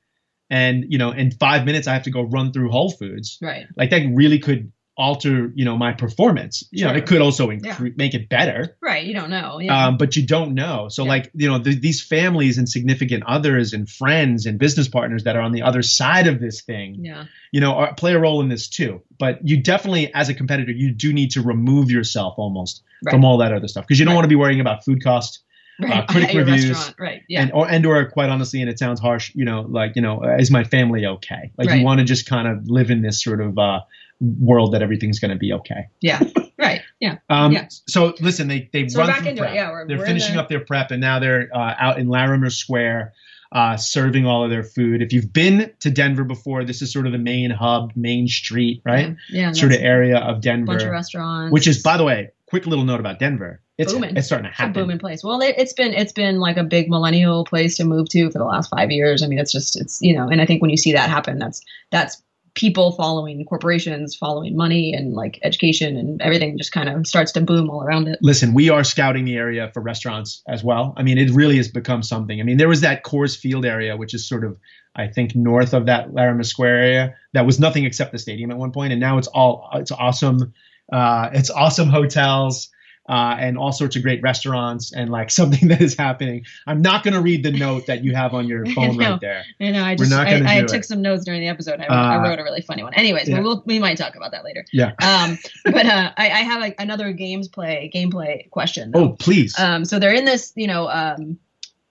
and you know in five minutes i have to go run through whole foods Right. like that really could alter you know my performance you know Sure. it could also Yeah. incre- make it better Right. You don't know. Yeah. um, but you don't know. So, Yeah. like, you know, th- these families and significant others and friends and business partners that are on the other side of this thing, yeah. you know, are, play a role in this too. But you definitely, as a competitor, you do need to remove yourself almost from Right. all that other stuff because you don't Right. want to be worrying about food cost Right. critic At your uh, reviews restaurant. Right. Yeah. and or and or quite honestly, and it sounds harsh, you know, like you know, uh, is my family okay? Like Right. you want to just kind of live in this sort of uh, world that everything's going to be okay. yeah. Right. Yeah. Um, Yeah. So listen, they they So run we're back through into prep. it. Yeah. We're, they're we're in finishing the- up their prep, and now they're uh, out in Larimer Square. Uh, serving all of their food. If you've been to Denver before, this is sort of the main hub, main street, right? Yeah. Sort of that's area of a Mm-hmm. bunch of Denver, restaurants. which is, by the way, quick little note about Denver. It's Booming. it's starting to It's a happen. booming place. Well, it, it's been it's been like a big millennial place to move to for the last five years. I mean, it's just it's you know, and I think when you see that happen, that's that's people following corporations, following money, and like education and everything just kind of starts to boom all around it. listen, we are scouting the area for restaurants as well. I mean, it really has become something. I mean, there was that Coors Field area, which is sort of, I think, north of that Larimer Square area, that was nothing except the stadium at one point, and now it's all it's awesome. Uh, it's awesome hotels. Uh, and all sorts of great restaurants and like something that is happening. I'm not going to read the note that you have on your phone No. right there. And I just not gonna I, I do took it. some notes during the episode. I, Uh, I wrote a really funny one. Anyways, yeah. but we'll, we might talk about that later. Yeah. Um, but uh, I, I have like another games play gameplay question. though. Oh, please. Um, so they're in this, you know, um,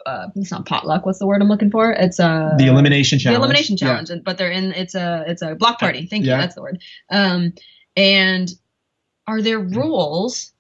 uh, it's not potluck. What's the word I'm looking for? It's uh, the elimination the challenge. elimination Yeah. challenge. and But they're in. It's a it's a block party. Thank Yeah. you. That's the word. Um, and are there rules?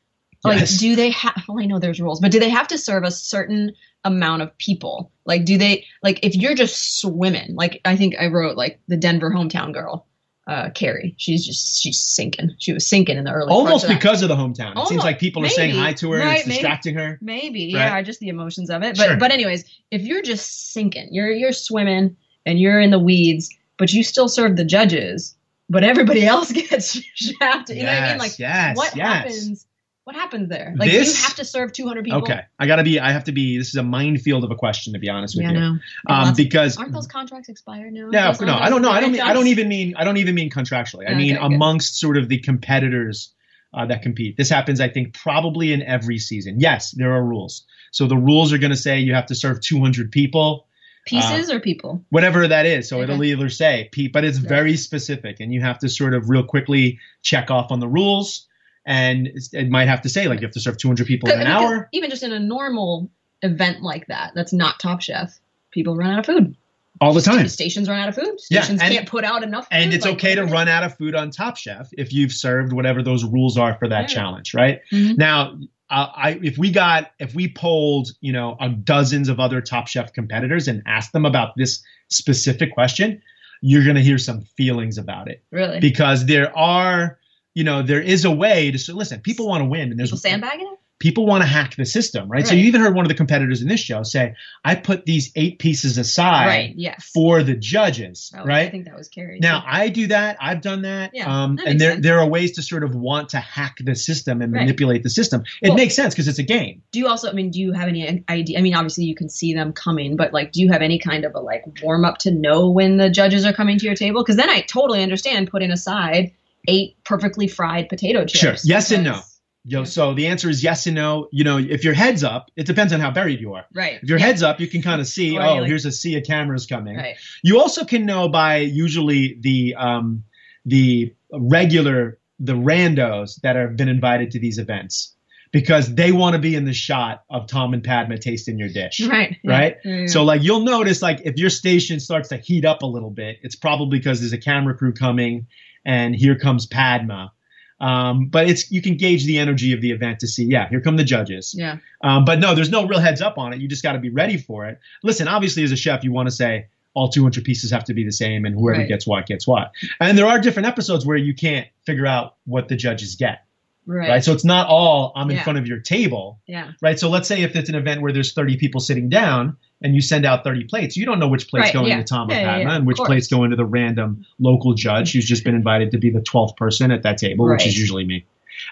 Like, Yes. do they have? Well, I know there's rules, but do they have to serve a certain amount of people? Like, do they like if you're just swimming? Like, I think I wrote like the Denver hometown girl, uh, Carrie. She's just she's sinking. She was sinking in the early. parts Almost of that. because of the hometown. It seems uh, Almost. like people are saying Maybe. hi to her. and Right, it's maybe. distracting her. Maybe, Right? yeah, just the emotions of it. But Sure. but anyways, if you're just sinking, you're you're swimming and you're in the weeds, but you still serve the judges, but everybody else gets shafted. You know what I mean? Like yes, what yes. happens? What happens there? Like This- you have to serve 200 people. Okay, I gotta be. I have to be. This is a minefield of a question, to be honest with Yeah, you, no. um, Lots of- because aren't those contracts expired now? yeah, Those no, aren't I don't know. I don't. those- Mean, I don't even uh, mean. I don't even mean contractually. I Okay, mean good. amongst sort of the competitors uh, that compete. This happens, I think, probably in every season. Yes, there are rules. So the rules are going to say you have to serve 200 people, pieces or people. whatever that is. So it'll Okay. either say Pete, but it's Right. very specific, and you have to sort of real quickly check off on the rules. And it's- it might have to say like you have to serve 200 people in an Because hour. Even just in a normal event like that, that's not Top Chef. People run out of food. All the time. Stations run out of food. Yeah, Stations and- can't put out enough. And food, it's like, okay to everything. run out of food on Top Chef if you've served whatever those rules are for that Yeah. challenge, right? Mhm. Now, I, I if we got if we polled you know a dozens of other Top Chef competitors and asked them about this specific question, you're gonna hear some feelings about it Really? because there are you know there is a way to so listen. People want to win, and there's people sandbagging it? people want to hack the system, right? So you Right. even heard one of the competitors in this show say, "I put these eight pieces aside." right. Yes. For the judges, That was- right? I think that was Carrie. Now I do that. I've done that. Yeah, um, that and makes there sense. there are ways to sort of want to hack the system and Right. manipulate the system. It Well- makes sense because it's a game. do you also? I mean, do you have any idea? I mean, obviously you can see them coming, but like, do you have any kind of a like warm up to know when the judges are coming to your table? Because then I totally understand putting aside eight perfectly fried potato chips. Sure. Yes and no. because- You know, so the answer is yes and no. You know, if your head's up, it depends on how buried you are. Right. If your Yeah. head's up, you can kind of see, Or you oh, like- here's a sea of cameras coming. Right. You also can know by usually the um, the regular the randos that have been invited to these events because they want to be in the shot of Tom and Padma tasting your dish. Right. Yeah. Right? Yeah, yeah. So like you'll notice like if your station starts to heat up a little bit, it's probably because there's a camera crew coming, and here comes Padma. Um, but it's you can gauge the energy of the event to see yeah here come the judges. yeah. Um, but no, there's no real heads up on it. You just got to be ready for it. Listen, obviously, as a chef, you want to say all 200 pieces have to be the same, and whoever Right. gets what gets what. And there are different episodes where you can't figure out what the judges get, Right. right? So it's not all I'm in Yeah. front of your table, yeah. right? So let's say if it's an event where there's 30 people sitting down and you send out 30 plates, you don't know which plate's Right, going yeah. to Tom or Yeah, yeah, Padma yeah, and of which course. plate's going to the random local judge who's just been invited to be the 12th person at that table, which Right. is usually me.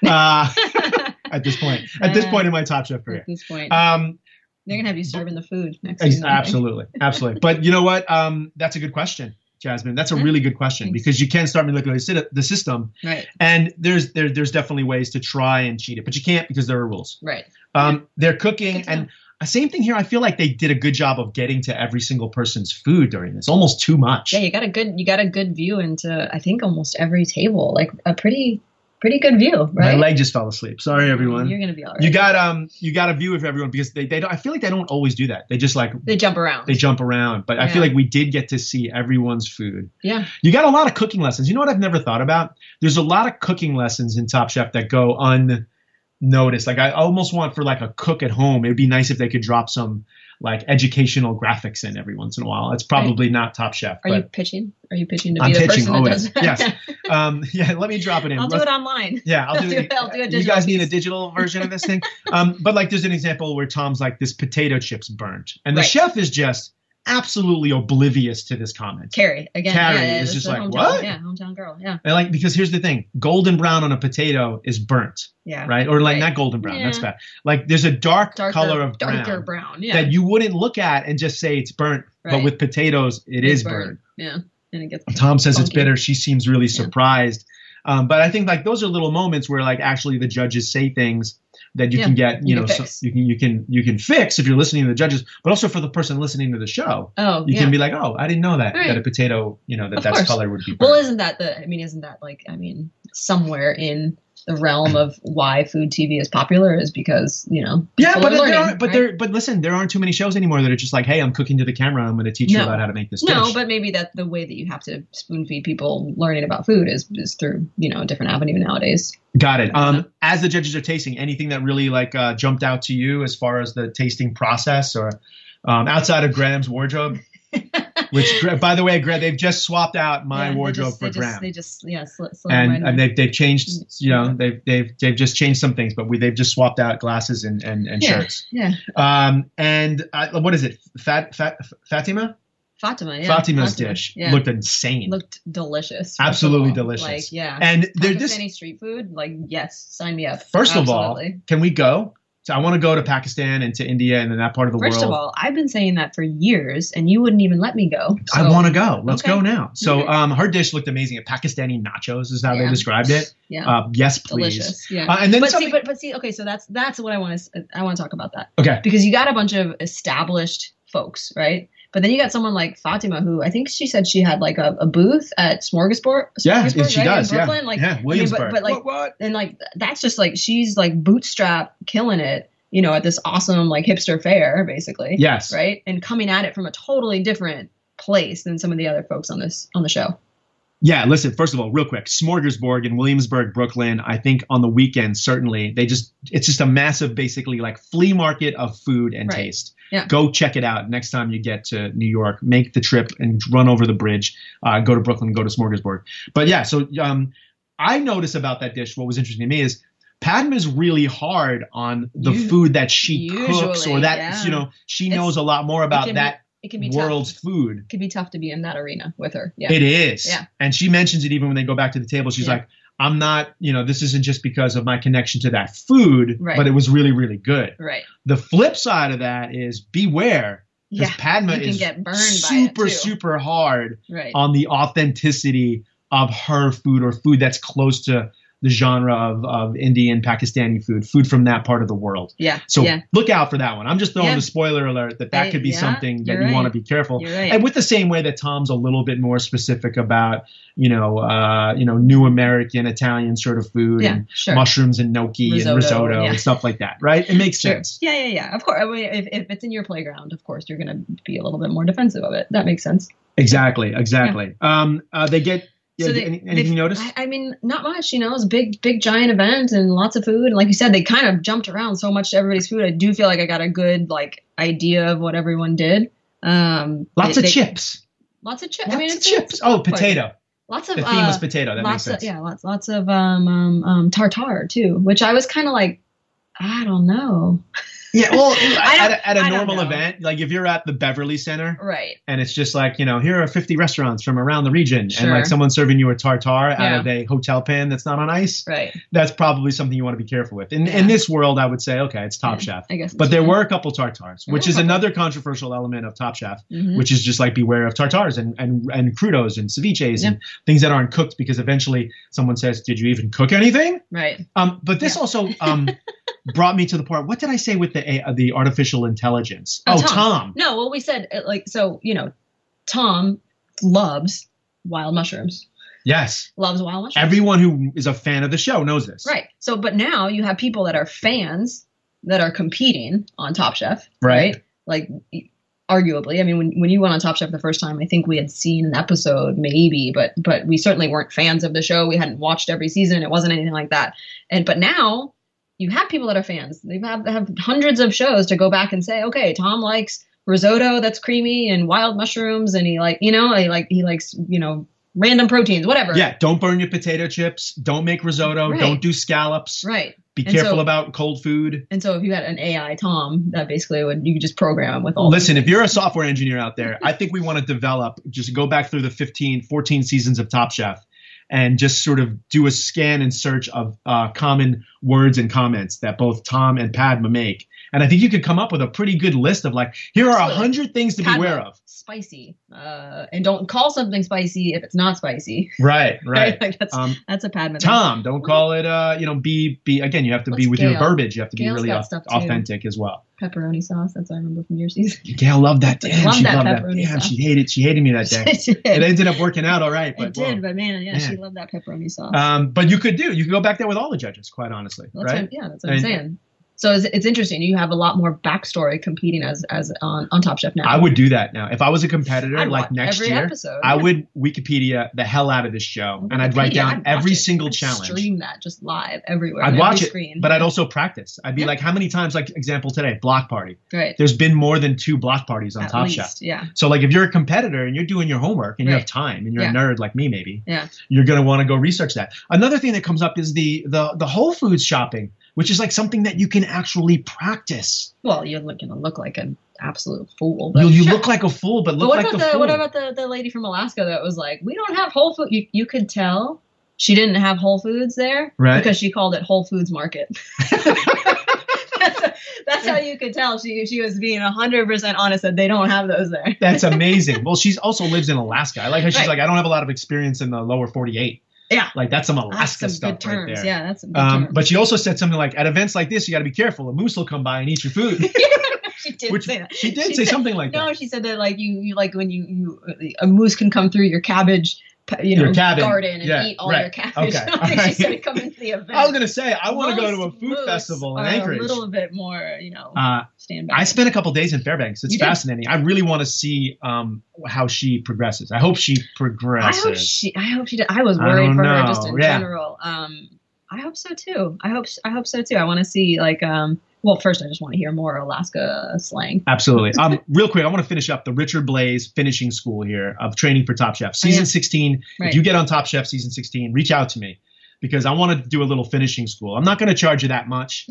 Uh, at this point, at this point in my Top Chef career. At this point, Um, they're gonna have you serving the food next. Ex- season, I think. absolutely, absolutely. But you know what? Um, that's a good question, Jasmine. That's a Yeah. really good question Thanks. because you can start manipulating the sit- the system, Right. and there's there, there's definitely ways to try and cheat it, but you can't because there are rules. Right. Um, they're cooking Good to know. and. uh, Same thing here. I feel like they did a good job of getting to every single person's food during this. Almost too much. Yeah, you got a good you got a good view into I think almost every table, like a pretty pretty good view, My right? leg just fell asleep. Sorry, everyone. You're gonna be all right. You got um, you got a view of everyone because they, they don't. I feel like they don't always do that. They just like they jump around. they jump around. But I Yeah. feel like we did get to see everyone's food. yeah. You got a lot of cooking lessons. You know what I've never thought about? There's a lot of cooking lessons in Top Chef that go unnoticed. Like I almost want for like a cook at home. It'd be nice if they could drop some like educational graphics in every once in a while. It's probably not Top Chef, Are you but pitching? Are you pitching to be I'm the pitching, person that always. does that? Yes. um, yeah, let me drop it in. I'll do Let's- it online. yeah, I'll, I'll do, do it. it- I'll do a you digital guys need a piece. digital version of this thing. um, but like, there's an example where Tom's like, "This potato chip's burnt," and the Right. chef is just absolutely oblivious to this comment. Carrie again. Carrie yeah, yeah, is this just a like, hometown, what? Yeah, hometown girl. Yeah. And like, because here's the thing: golden brown on a potato is burnt. Yeah. right? Or like Right. not golden brown. That's Yeah. bad. Like there's a dark Darker color of brown, darker brown. Yeah. that you wouldn't look at and just say it's burnt. Right. But with potatoes, it is burnt. Yeah. And it gets Tom says it's Funky. bitter. She seems really Yeah. surprised. Um, but I think like those are little moments where like actually the judges say things that you Yeah, can get you you know can so- fix. you can you can you can fix if you're listening to the judges, but also for the person listening to the show, Oh, you yeah. can be like, oh, I didn't know that Right. that a potato you know that Of that's course. color would be. Burnt. Well, isn't that the? I mean, isn't that like? I mean, somewhere in the realm of why food TV is popular is because you know. Yeah, people but are there learning, aren't, but right? there but listen, there aren't too many shows anymore that are just like, hey, I'm cooking to the camera. I'm going to teach No. you about how to make this No, dish. but maybe that the way that you have to spoon feed people learning about food is is through you know a different avenue nowadays. Got it. Um, as the judges are tasting, anything that really like uh, jumped out to you as far as the tasting process, or um, outside of Graham's wardrobe, which Gra- by the way, Graham, they've just swapped out my Yeah, they wardrobe just- for they Graham, Just, they just yeah, sl- slid and right in. and they've they've changed, you know, they've they've they've just changed some things, but we they've just swapped out glasses and and, and Yeah. shirts. yeah, Um, and uh, what is it, Fat Fat Fatima? Fatima, yeah, Fatima's Fatima, dish yeah. looked insane. looked delicious. first of Absolutely all. delicious. Like yeah, and they're Pakistani this street food, like yes, sign me up. First of all, Absolutely. can we go? So I want to go to Pakistan and to India and then that part of the First world. of all, I've been saying that for years, and you wouldn't even let me go. I want to go. Let's Okay. go now. So Okay. um, her dish looked amazing. Pakistani nachos is how Yeah. they described it. Yeah, Uh, yes, please. delicious. Yeah. Uh, and then but something. see, but, but see, okay, so that's that's what I want to I want to talk about that okay. because you got a bunch of established folks, right? But then you got someone like Fatima, who I think she said she had like a, a booth at Smorgasbord. Yeah, Smorgasbord, if she right, does. in Brooklyn, yeah. like yeah. Williamsburg. but, like- what, what? and like that's just like she's like bootstrap killing it, you know, at this awesome like hipster fair, basically. Yes. Right, and coming at it from a totally different place than some of the other folks on this on the show. Yeah. Listen. First of all, real quick, Smorgasbord in Williamsburg, Brooklyn. I think on the weekend, certainly they just it's just a massive, basically like flea market of food and Right. taste. Yeah. Go check it out next time you get to New York. Make the trip and run over the bridge. Uh, go to Brooklyn. Go to Smorgasbord. But yeah, so um, I noticed about that dish. What was interesting to me is Padma's really hard on the Us- food that she cooks, usually, or that yeah. you know she It's- knows a lot more it about can that be, it can be world's tough. food. It can be tough to be in that arena with her. Yeah. It is. Yeah. And she mentions it even when they go back to the table. She's Yeah. like, I'm not, you know, this isn't just because of my connection to that food, Right. but it was really, really good. right. The flip side of that is beware. Because Yeah. Padma you can is get burned by it, super, too. super hard Right. on the authenticity of her food or food that's close to the genre of, of Indian Pakistani food, food from that part of the world. Yeah. So yeah. look out for that one. I'm just throwing Yeah. the spoiler alert that that Hey, could be yeah, something that you're you want to right. be careful. You're right. And with the same way that Tom's a little bit more specific about, you know, uh, you know, new American Italian sort of food Yeah, and sure. mushrooms and gnocchi Risotto, and risotto yeah. and stuff like that, right? It makes Sure. sense. Yeah, yeah, yeah. Of course. I mean, if, if it's in your playground, of course, you're going to be a little bit more defensive of it. That makes sense. Exactly, exactly. Um, uh, they get yeah, they- any, they- anything you noticed? I, I mean, not much. You know, it's a big, big, giant event and lots of food. And like you said, they kind of jumped around so much to everybody's food. I do feel like I got a good like idea of what everyone did. Um, Lots they- of they- chips. Lots of chips. Lots I mean, of it's, chips. Oh, potato. Lots The of theme uh, was potato. That makes lots of sense. yeah, lots lots of um, um, um tartar too, which I was kind of like, I don't know. Yeah, well, at, don't- a, at a I don't normal know. event, like if you're at the Beverly Center Right. and it's just like, you know, here are 50 restaurants from around the region and Sure. like someone's serving you a tartar out Yeah. of a hotel pan that's not on ice, Right. that's probably something you want to be careful with. In, Yeah. in this world, I would say, okay, it's Top Chef. I guess. But there were a couple tartars, There which were a is couple. another controversial element of Top Chef, Mhm. which is just like beware of tartars and, and, and crudos and ceviches and things that aren't cooked because eventually someone says, did you even cook anything? Right. Um, but this Yeah. also um, brought me to the part. What did I say with the A- uh, the artificial intelligence? Oh, Oh, Tom. Tom. No, well, we said uh, like so. You know, Tom loves wild mushrooms. Yes, Loves wild mushrooms. everyone who is a fan of the show knows this. Right. So, but now you have people that are fans that are competing on Top Chef. Right. Like, arguably, I mean, when, when you went on Top Chef the first time, I think we had seen an episode, maybe, but but we certainly weren't fans of the show. We hadn't watched every season. It wasn't anything like that. And but now you have people that are fans. They have have hundreds of shows to go back and say, okay, Tom likes risotto that's creamy and wild mushrooms, and he like you know he like he likes you know random proteins, whatever. Yeah. Don't burn your potato chips. Don't make risotto. Right. Don't do scallops. Right. Be And careful so- about cold food. And so if you had an AI Tom, that basically would you could just program it with all. Listen, if you're a software engineer out there, I think we want to develop, just go back through the 15, 14 seasons of Top Chef and just sort of do a scan and search of uh, common words and comments that both Tom and Padma make. And I think you could come up with a pretty good list of like, here are a Absolutely. hundred things to be Padma, aware of. spicy, uh, and don't call something spicy if it's not spicy. Right, right. like that's Um, that's a Padma. thing. Tom, don't call it, uh, you know, be, be, again, you have to be What's with your Gail? verbiage. You have to Gail's be really got au- stuff too. authentic as well. pepperoni sauce. That's what I remember from your season. Gail loved that. Damn, Love she that loved that. pepperoni Damn, sauce. she hated, she hated me that day. It did. it ended up working out all right. But It whoa. did, but man, yeah, she Man. loved that pepperoni sauce. Um, but you could do. You could go back there with all the judges, quite honestly, that's right? what, yeah, that's what I'm and- saying. So it's, it's interesting. You have a lot more backstory competing as as on, on Top Chef now. I would do that now if I was a competitor. I'd like watch next every year, episode, I yeah. would Wikipedia the hell out of this show, and I'd write Wikipedia, down I'd watch every it. single I'd challenge. Stream that just live everywhere. on I'd every watch screen. it, but I'd also practice. I'd be Yeah. like, how many times? Like example today, block party. right. There's been more than two block parties on At Top least, Chef. yeah. So like if you're a competitor and you're doing your homework and you Right. have time and you're Yeah. a nerd like me maybe, Yeah. you're gonna want to go research that. Another thing that comes up is the the the Whole Foods shopping, which is like something that you can actually practice. Well, you're going to look like an absolute fool. You, but you sure. look like a fool, but But look what like about the, the, fool. what about the, the lady from Alaska that was like, we don't have Whole Food. You, you could tell she didn't have Whole Foods there Right. because she called it Whole Foods Market. that's, that's how you could tell she she was being hundred percent honest that they don't have those there. That's amazing. well, she's also lives in Alaska. I like how she's Right. like, I don't have a lot of experience in the lower 48. Yeah, Like that's some that's Alaska some stuff good terms. right there. Yeah, that's some good Um, terms. but she also said something like, at events like this, you got to be careful. A moose will come by and eat your food. she did which say that. she did She say said- something like No, that. she said that like you, you like when you, you a moose can come through your cabbage, you know, Your cabin. garden and Yeah, eat all right. your cabbage. Okay. I don't think All she right. said it come into the event. I was gonna say I want to go to a Most food moose festival in are Anchorage. A little bit more, you know, uh, stand back. I spent a couple days in Fairbanks. It's You did? fascinating. I really want to see um, how she progresses. I hope she I progresses. hope she. I hope she did. I was I worried don't for her just know. in Yeah. general. Um, I hope so too. I hope. I hope so too. I want to see like um. Well, first I just want to hear more Alaska slang. Absolutely. Um, real quick, I want to finish up the Richard Blaze finishing school here of training for Top Chef. Season Oh, Yeah. 16. Right. If you get on Top Chef season 16, reach out to me because I want to do a little finishing school. I'm not going to charge you that much.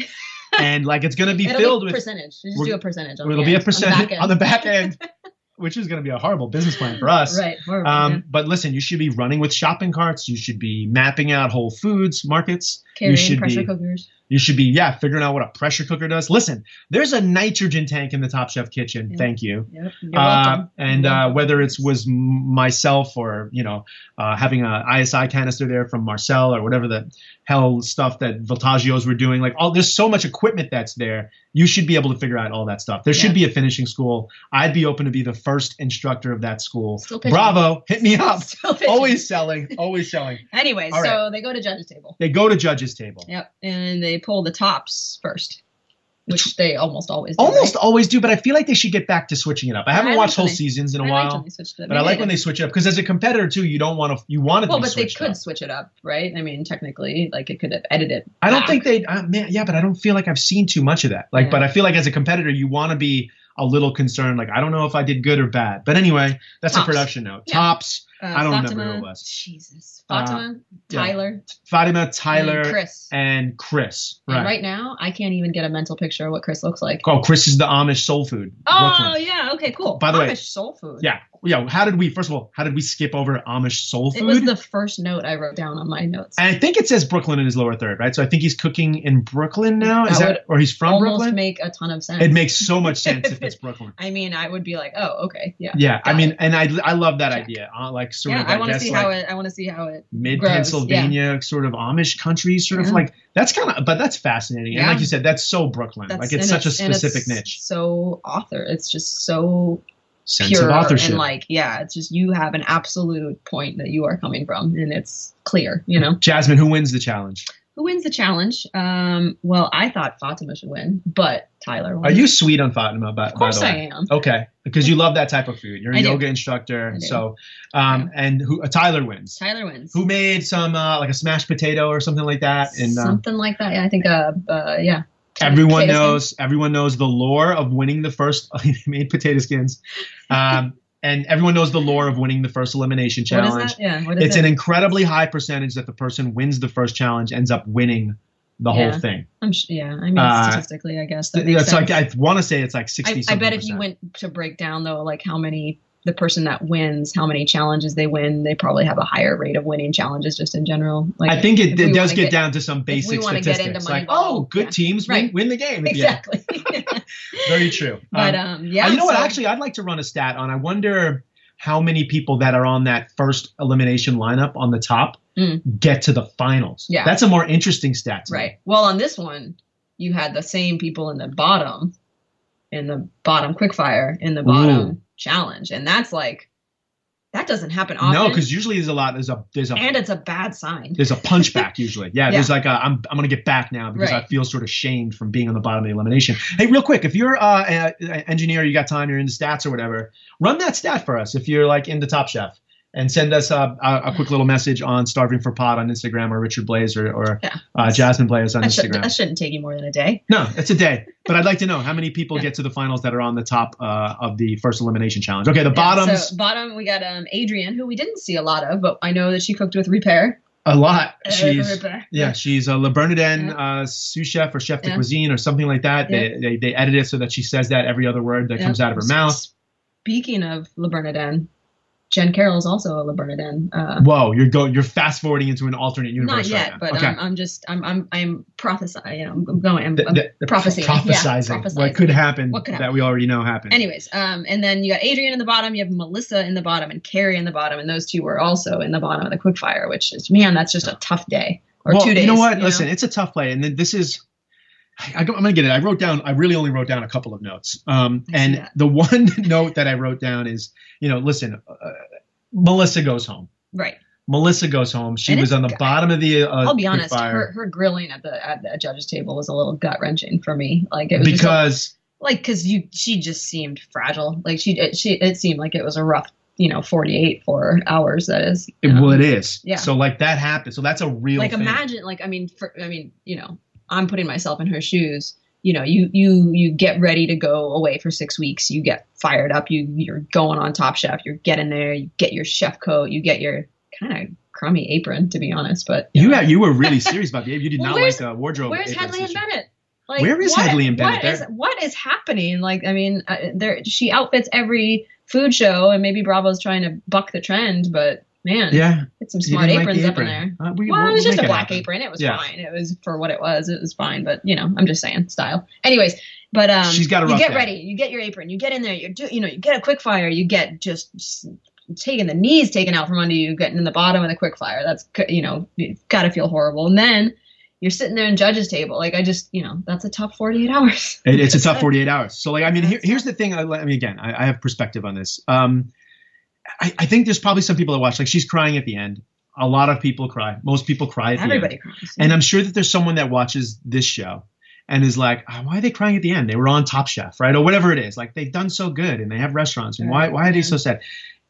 and like it's going to be It'll filled be with percentage. Just we're- do a percentage. On it'll be the a end, On the percentage back end. on the back end, which is going to be a horrible business plan for us. Right. horrible, Um, yeah. But listen, you should be running with shopping carts. You should be mapping out Whole Foods markets. you Carrying should pressure be cookers. You should be, yeah, figuring out what a pressure cooker does. Listen, there's a nitrogen tank in the Top Chef kitchen. Yeah. Thank you. Yep, you're Uh, welcome. and You're uh, welcome. whether it's was m- myself or you know uh, having a ISI canister there from Marcel or whatever the hell stuff that Voltagios were doing, like all there's so much equipment that's there. You should be able to figure out all that stuff. There should be Yeah. a finishing school. I'd be open to be the first instructor of that school. Still pitching. Bravo! Hit me up. Still pitching. Always selling. Always selling. Anyway, All so they go to judge's table. They go to judges table. Yep, and they pull the tops first, which they almost always do. Almost right? always do, but I feel like they should get back to switching it up. I haven't I like watched when whole they- seasons in a I while. liked when they switched it up. But I Maybe like when they didn't. switch it up because as a competitor too, you don't want to. You want to Well, be but they switched could up. switch it up, right? I mean, technically, like it could have edited. I don't back. think they. Uh, man, yeah, but I don't feel like I've seen too much of that. Like, Yeah. but I feel like as a competitor, you want to be a little concerned. Like, I don't know if I did good or bad. But anyway, that's Tops. a production note. Yeah. Tops. Uh, I don't remember Fatima, who it was. Jesus, Uh, Fatima, yeah. Tyler, Fatima, and Tyler, Chris. and Chris. And Right. right now, I can't even get a mental picture of what Chris looks like. Oh, Chris is the Amish soul food. Oh Brooklyn. yeah, okay, cool. By the way- Amish soul food. yeah. Yeah. How did we? First of all, how did we skip over Amish soul food? it was the first note I wrote down on my notes. and I think it says Brooklyn in his lower third, right? So I think he's cooking in Brooklyn now. Is That that, would or he's from Almost Brooklyn? make a ton of sense. it makes so much sense if it's Brooklyn. I mean, I would be like, oh, okay, yeah, Yeah, I Got mean, and I I love that Check. idea. Uh, like sort yeah. of, I want to guess, see like, how it. I want to see how it. mid grows, Pennsylvania sort of Amish country, sort Yeah. of like that's kind of, but that's fascinating. And Yeah. like you said, that's so Brooklyn. That's, like it's and such a and it's specific niche. So author, it's just so Sense pure of authorship. and like, yeah, it's just you have an absolute point that you are coming from, and it's clear, you know. Jasmine, who wins the challenge? Who wins the challenge? Um, well, I thought Fatima should win, but Tyler won. Are you sweet on Fatima? By, Of course, by the I way? am. Okay, because you love that type of food. You're a I do. yoga instructor, I do. so um, and who uh, Tyler wins? Tyler wins. Who made some uh, like a smashed potato or something like that? And uh, Something like that. Yeah, I think. Uh, uh yeah. everyone Potato knows everyone knows the lore of winning the first they made potato skins um, and everyone knows the lore of winning the first elimination skin. challenge What is that? Yeah. What is it's that? an incredibly high percentage that the person wins the first challenge ends up winning the Yeah. whole thing I'm sh- yeah. I mean, uh, statistically, I guess that makes it's sense. like i want to say it's like 60 I, I something bet if you percent. went to break down though, like how many the person that wins, how many challenges they win, they probably have a higher rate of winning challenges just in general. Like i think if it, we it does wanna get, down to some we basic wanna get into statistics like Moneyball, oh good yeah. teams win, Right. win the game at the end. exactly. very true but Um, um, yeah. you know what? so- Actually, I'd like to run a stat on. I wonder how many people that are on that first elimination lineup on the top Mm. get to the finals. Yeah. that's a more interesting stat. to me. Right. Well, on this one, you had the same people in the bottom, in the bottom quickfire, in the bottom Ooh. challenge, and that's like that doesn't happen often. No, because usually there's a lot. There's a there's a and it's a bad sign. there's a punch back usually. Yeah, Yeah. there's like a, I'm I'm gonna get back now because Right. I feel sort of shamed from being on the bottom of the elimination. Hey, real quick, if you're uh, a- an engineer, you got time, you're into stats or whatever, run that stat for us. If you're like into Top Chef. And send us a, a, a quick little message on Starving for Pod on Instagram or Richard Blaze or, or Yeah. uh, Jasmine Blaze on That, should, Instagram. that shouldn't take you more than a day. No, it's a day. But I'd like to know how many people Yeah. get to the finals that are on the top uh, of the first elimination challenge. Okay, the Yeah, bottoms so bottom, we got um Adrian, who we didn't see a lot of, but I know that she cooked with Repair. a lot. Uh, She's Repair. yeah, she's a Le Bernardin Yeah. uh, sous chef or chef de Yeah. cuisine or something like that. Yeah. They, they they edit it so that she says that every other word that Yeah. comes out of her mouth. Speaking of Le Bernardin, Jen Carroll is also a Le Bernardin. Uh, Whoa, you're go you're fast forwarding into an alternate universe. not right yet, now. but um, okay. I'm, I'm just I'm I'm I'm prophesying. You know, I'm going. I'm, Th- I'm th- prophesying. Yeah, prophesizing prophesizing. what could happen What could that we already know happened. Anyways, um, and then you got Adrian in the bottom, you have Melissa in the bottom, and Carrie in the bottom, and those two were also in the bottom of the quickfire, which is man, that's just a tough day or well, two days. You know what? Listen, it's a tough play, and then this is. I, I'm gonna get it. I wrote down. I really only wrote down a couple of notes. Um, I see and that. the one note that I wrote down is, you know, listen, uh, Melissa goes home. right? Melissa goes home. She And was it's on the gu- bottom of the. Uh, I'll be honest, quickfire her, her grilling at the at the judges table was a little gut wrenching for me. Like it was just because like because you she just seemed fragile. Like she it, she it seemed like it was a rough you know 48 for hours that is you know. well, it is. Yeah. So like that happened. So that's a real. like thing. imagine like i mean for, i mean you know i'm putting myself in her shoes you know you you you get ready to go away for six weeks you get fired up you you're going on top chef you're getting there you get your chef coat you get your kind of crummy apron to be honest but You yeah, you were really serious about the. You did Well, not like where's- the wardrobe. where's aprons headley and issue. bennett like, Where is Hedley and Bennett? What is, what is happening? Like, I mean, uh, there she outfits every food show, and maybe Bravo's trying to buck the trend, but Man, Yeah. it's some you smart didn't like aprons the up in there. apron. Uh, we- Well, we'll- it was we'll just make a it black happen. apron. It was Yeah. fine. It was for what it was. It was fine. But you know, I'm just saying style. Anyways, but um, She's got a you rough get day. ready. You get your apron. You get in there. You do. You know, you get a quick fire. You get just s- taking the knees taken out from under you, getting in the bottom of the quick fire. That's c- you know, you gotta feel horrible. And then you're sitting there in judges table. Like I just, you know, that's a tough 48 hours. It, it's a tough That's 48 it. hours. So, like, I mean, here, That's here's the thing. I, I mean, again, I, I have perspective on this. Um, I, I think there's probably some people that watch, like, she's crying at the end. A lot of people cry. Most people cry at the end. Everybody cries. And I'm sure that there's someone that watches this show and is like, "Ah, why are they crying at the end? They were on Top Chef, right? Or whatever it is. Like they've done so good and they have restaurants. And why why are they so sad?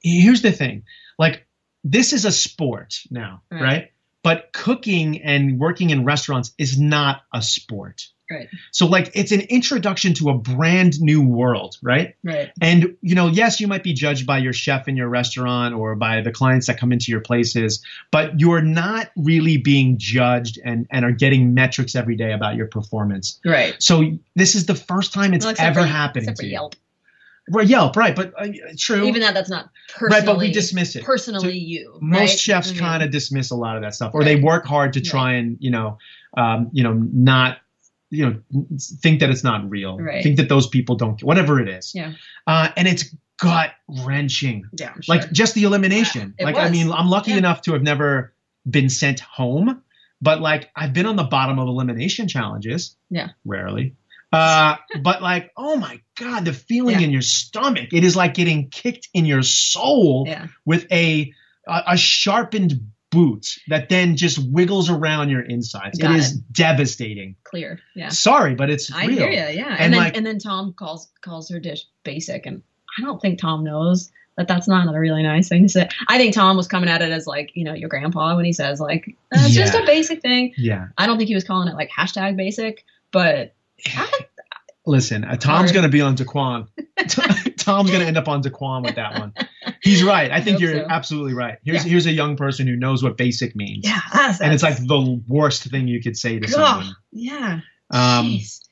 Here's the thing. Like this is a sport now, Right. right? But cooking and working in restaurants is not a sport. Right. So like it's an introduction to a brand new world, right? right. And you know, yes, you might be judged by your chef in your restaurant or by the clients that come into your places, but you're not really being judged and and are getting metrics every day about your performance. Right. So this is the first time it's Well, except ever for- happening Except for to you. Yelp. Right, Yelp, right? But uh, true, Even that, that's not personally. right? But we dismiss it. personally So you. Most right? Mm-hmm. chefs I mean, kind of dismiss a lot of that stuff, or they Right. work hard to Right. try and you know, um, you know, not you know, think that it's not real, Right. think that those people don't, whatever it is. Yeah. Uh, and it's gut wrenching Yeah, I'm like sure. just the elimination. Yeah, it like I was. mean, I'm lucky Yeah. enough to have never been sent home, but like I've been on the bottom of elimination challenges. Yeah. Rarely. Uh, but like, oh my god, the feeling Yeah. in your stomach. It is like getting kicked in your soul yeah. with a, a a sharpened boot that then just wiggles around your insides. Got it is devastating. clear. Yeah. Sorry, but it's I real. hear you. Yeah. And, And, then like- and then Tom calls calls her dish basic, and I don't think Tom knows that that's not a really nice thing to say. I think Tom was coming at it as like you know your grandpa when he says like "Uh, it's just Yeah. a basic thing. Yeah. I don't think he was calling it like hashtag basic, but I- Listen, uh, Tom's Sorry. going to be on Daquan. T- Tom's going to end up on Daquan with that one. He's right. I think hope you're so. absolutely right. Here's Yeah. here's a young person who knows what basic means, yeah, that's, and it's like the worst thing you could say to Ugh, someone. yeah. Um, Jeez.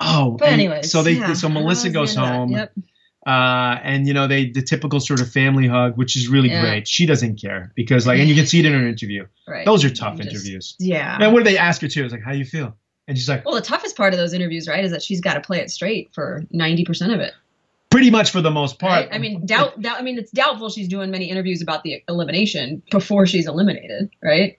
oh, But and anyways, so they yeah, so I don't know Melissa what's goes the end of that. home, Yep. uh, and you know they the typical sort of family hug, which is really Yeah. great. She doesn't care because like, and you can see it in her interview. Right. Those are tough You just- interviews. Yeah. And what do they ask her too? It's like, how you feel? And she's like, Well, the toughest part of those interviews, right, is that she's got to play it straight for ninety percent of it. pretty much for the most part. Right? I mean, doubt, doubt. I mean, it's doubtful she's doing many interviews about the elimination before she's eliminated, right?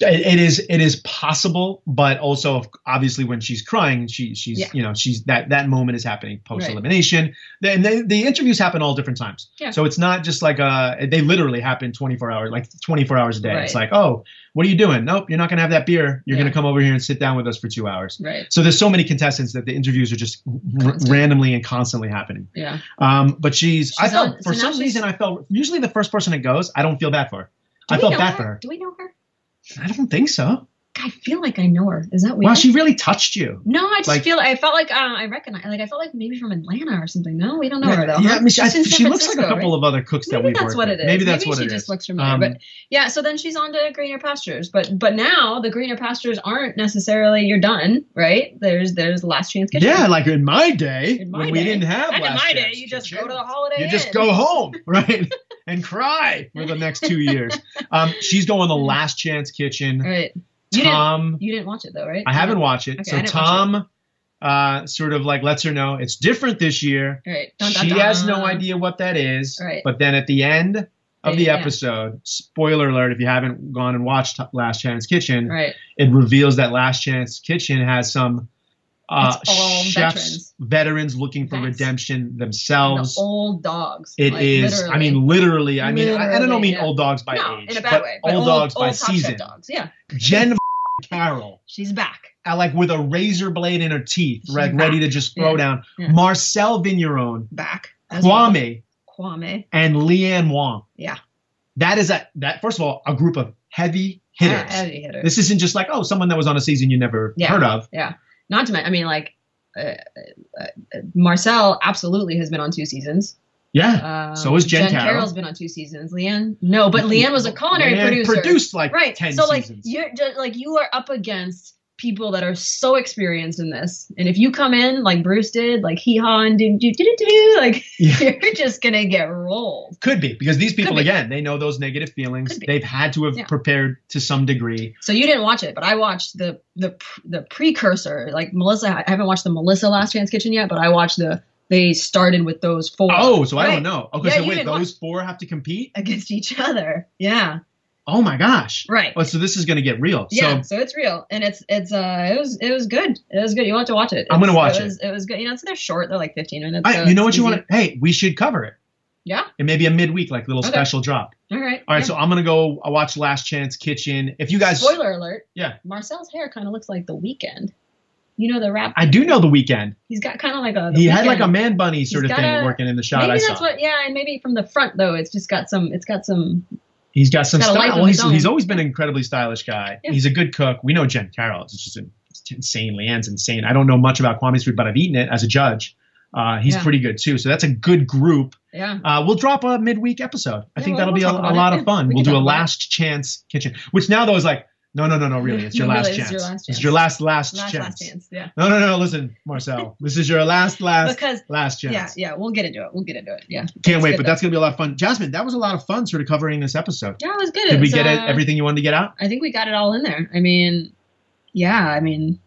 it it is it is possible but also obviously when she's crying she she's Yeah. you know she's that that moment is happening post elimination and the, the interviews happen all different times Yeah. so it's not just like uh they literally happen 24 hours like 24 hours a day it's Right. like oh what are you doing nope you're not going to have that beer you're going Yeah. to come over here and sit down with us for 2 hours Right. so there's so many contestants that the interviews are just r- Constant. randomly and constantly happening Yeah. um but she's, i She's felt on- so for now some she's- reason i felt usually the first person that goes i don't feel bad for her Do i we felt know bad for her Do we know her? i don't think so I feel like I know her. Is that weird? Wow, she really touched you. no, I just like- feel. I felt like uh, I recognize. Like I felt like maybe from Atlanta or something. No, we don't know her though. yeah, huh? I mean, she, I- She's in San she looks like a Francisco, couple of other cooks that Maybe we've that's worked what it with. is. Maybe that's what she it just is. looks familiar. Um, but yeah, so then she's on to greener pastures. But but now the greener pastures aren't necessarily you're done, right? There's there's last chance kitchen. yeah, like in my day In my when we day. didn't have Back in Last my day, Chance you just Kitchen, go to the holiday. you just Inn. go home, right, and cry for the next two years. Um, she's going to Last Chance Kitchen. Right. You didn't Tom, You didn't watch it though, right? I haven't watched it. Okay, I so didn't watch it. Tom, uh, sort of like lets her know it's different this year. All right. Dun, dun, She dun. has no idea what that is. Right. But then at the end of the Yeah. episode, spoiler alert if you haven't gone and watched Last Chance Kitchen, Right. it reveals that Last Chance Kitchen has some uh, It's all chefs, veterans. veterans. looking for Yes. redemption The themselves. old dogs. It is. like, I mean, literally. I mean, I, I don't Literally, mean yeah. old dogs by no, age, in a bad but, way. old, dogs by old Top Chef season. Dogs. Yeah, Jen Carroll, she's back. uh, like with a razor blade in her teeth, She's like back. ready to just throw Yeah. down. Yeah. Marcel Vigneron, Back. as well. Kwame, Kwame. and Leanne Wong. Yeah. That is a that first of all a group of heavy hitters. Yeah, heavy hitter. This isn't just like oh someone that was on a season you never Yeah. heard of. Not to mention, I mean, like. Uh, uh, uh, Marcel absolutely has been on two seasons. Yeah. Um, So is Jen Carroll. Carroll's been on two seasons. Leanne, no, but Leanne was a culinary Leanne producer. Produced like right. ten so like seasons. you're just, like you are up against people that are so experienced in this. And if you come in like Bruce did, like hee haw and do do do do do, like Yeah. you're just gonna get rolled. Could be because these people be. again they know those negative feelings. Could be. They've had to have Yeah. prepared to some degree. So you didn't watch it, but I watched the the pr- the precursor. Like Melissa, I haven't watched the Melissa Last Chance Kitchen yet, but I watched the. They started with those four. Oh, so I Right. don't know. Okay, Yeah, so you wait, didn't watch- those four have to compete. against each other. Yeah, Oh my gosh. right. Oh, so this is going to get real. yeah, So so it's real, and it's it's uh it was it was good. It was good. You want to watch it? I'm gonna It's- watch was, it. was good. You know, it's they're short. They're like 15 minutes. I, so you know what it's you easy. want to? Hey, we should cover it. Yeah. It may be a midweek like little Okay. special drop. All right. All right, yeah. so I'm gonna go watch Last Chance Kitchen. If you guys, spoiler alert. Yeah. Marcel's hair kind of looks like the weekend. You know the rap. I do know the weekend. He's got kind of like a. The He had like a Weeknd. man bunny sort He's of got thing a- working in the shot. Maybe I that's saw. what. Yeah, and maybe from the front though, it's just got some. It's got some. he's got some got a style. life of Well, his he's, he's own. always been an incredibly stylish guy. Yeah. He's a good cook. We know Jen Carroll. It's just in- it's insane. Leanne's insane. I don't know much about Kwame's food, but I've eaten it as a judge. Uh, he's Yeah. pretty good too. So that's a good group. Yeah. Uh, we'll drop a midweek episode. I Yeah, think well, that'll we'll be talk a, about a it. lot Yeah, of fun. we We'll can do a talk about it. last chance kitchen, which now though is like, no, no, no, no, really, it's your Really, last this is chance. your last It's chance. your last, last, Last chance. last chance. Yeah. No, no, no, listen, Marcel, this is your last, last, Because. last chance. Yeah, yeah, we'll get into it. We'll get into it. Yeah. Can't wait, good, but though. that's gonna be a lot of fun. Jasmine, that was a lot of fun, sort of covering this episode. Yeah, it was good. Did we It's, get uh, it, everything you wanted to get out? I think we got it all in there. I mean, yeah, I mean,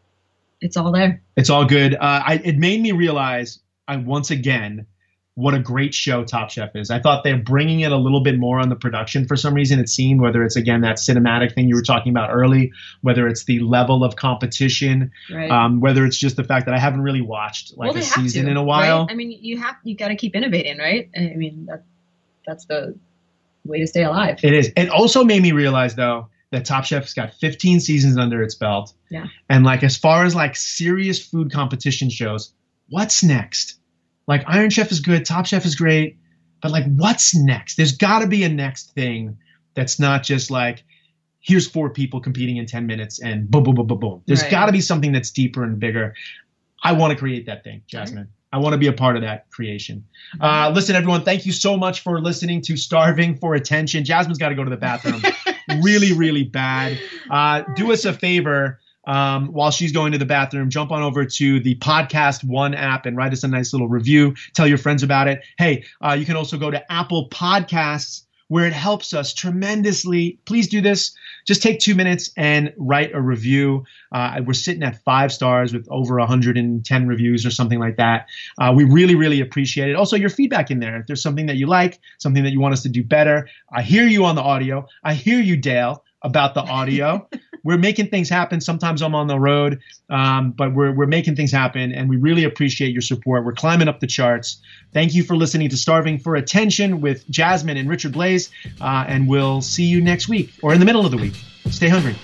it's all there. It's all good. Uh, I, it made me realize, I once again, what a great show Top Chef is. I thought they're bringing it a little bit more on the production for some reason. It seemed whether it's again that cinematic thing you were talking about early, whether it's the level of competition, Right. um, whether it's just the fact that I haven't really watched like well, they a have season to, in a while. Right? I mean, you have you got to keep innovating, right? I I mean, that that's the way to stay alive. It is. It also made me realize though that Top Chef's got 15 seasons under its belt. Yeah. And like as far as like serious food competition shows, what's next? Like Iron Chef is good, Top Chef is great, but like what's next? There's got to be a next thing that's not just like here's four people competing in 10 minutes and boom boom boom boom boom. There's Right. got to be something that's deeper and bigger. I want to create that thing, Jasmine. I want to be a part of that creation. Uh, listen, everyone, thank you so much for listening to Starving for Attention. Jasmine's got to go to the bathroom really, really bad. Uh, do us a favor. Um, while she's going to the bathroom, jump on over to the Podcast One app and write us a nice little review. Tell your friends about it. Hey, uh, you can also go to Apple Podcasts where it helps us tremendously. Please do this. Just take two minutes and write a review. Uh, we're sitting at five stars with over 110 reviews or something like that. Uh, we really, really appreciate it. Also, your feedback in there. If there's something that you like, something that you want us to do better, I hear you on the audio. I hear you, Dale, about the audio. we're making things happen. Sometimes I'm on the road, um, but we're, we're making things happen, and we really appreciate your support. We're climbing up the charts. Thank you for listening to Starving for Attention with Jasmine and Richard Blaze, uh, and we'll see you next week or in the middle of the week. Stay hungry.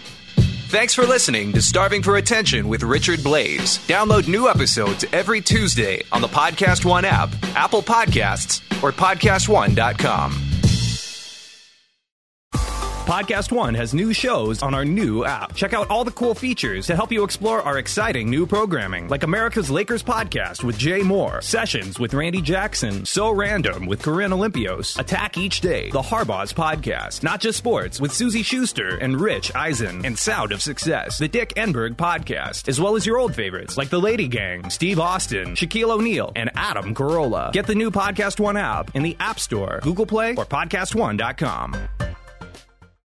Thanks for listening to Starving for Attention with Richard Blaze. Download new episodes every Tuesday on the Podcast One app, Apple Podcasts, or PodcastOne.com. Podcast One has new shows on our new app. Check out all the cool features to help you explore our exciting new programming, like America's Lakers podcast with Jay Moore, Sessions with Randy Jackson, So Random with Corinne Olympios, Attack Each Day, The Harbaugh's podcast, Not Just Sports with Susie Schuster and Rich Eisen, and Sound of Success, the Dick Enberg podcast, as well as your old favorites like The Lady Gang, Steve Austin, Shaquille O'Neal, and Adam Carolla. Get the new Podcast One app in the App Store, Google Play, or PodcastOne.com.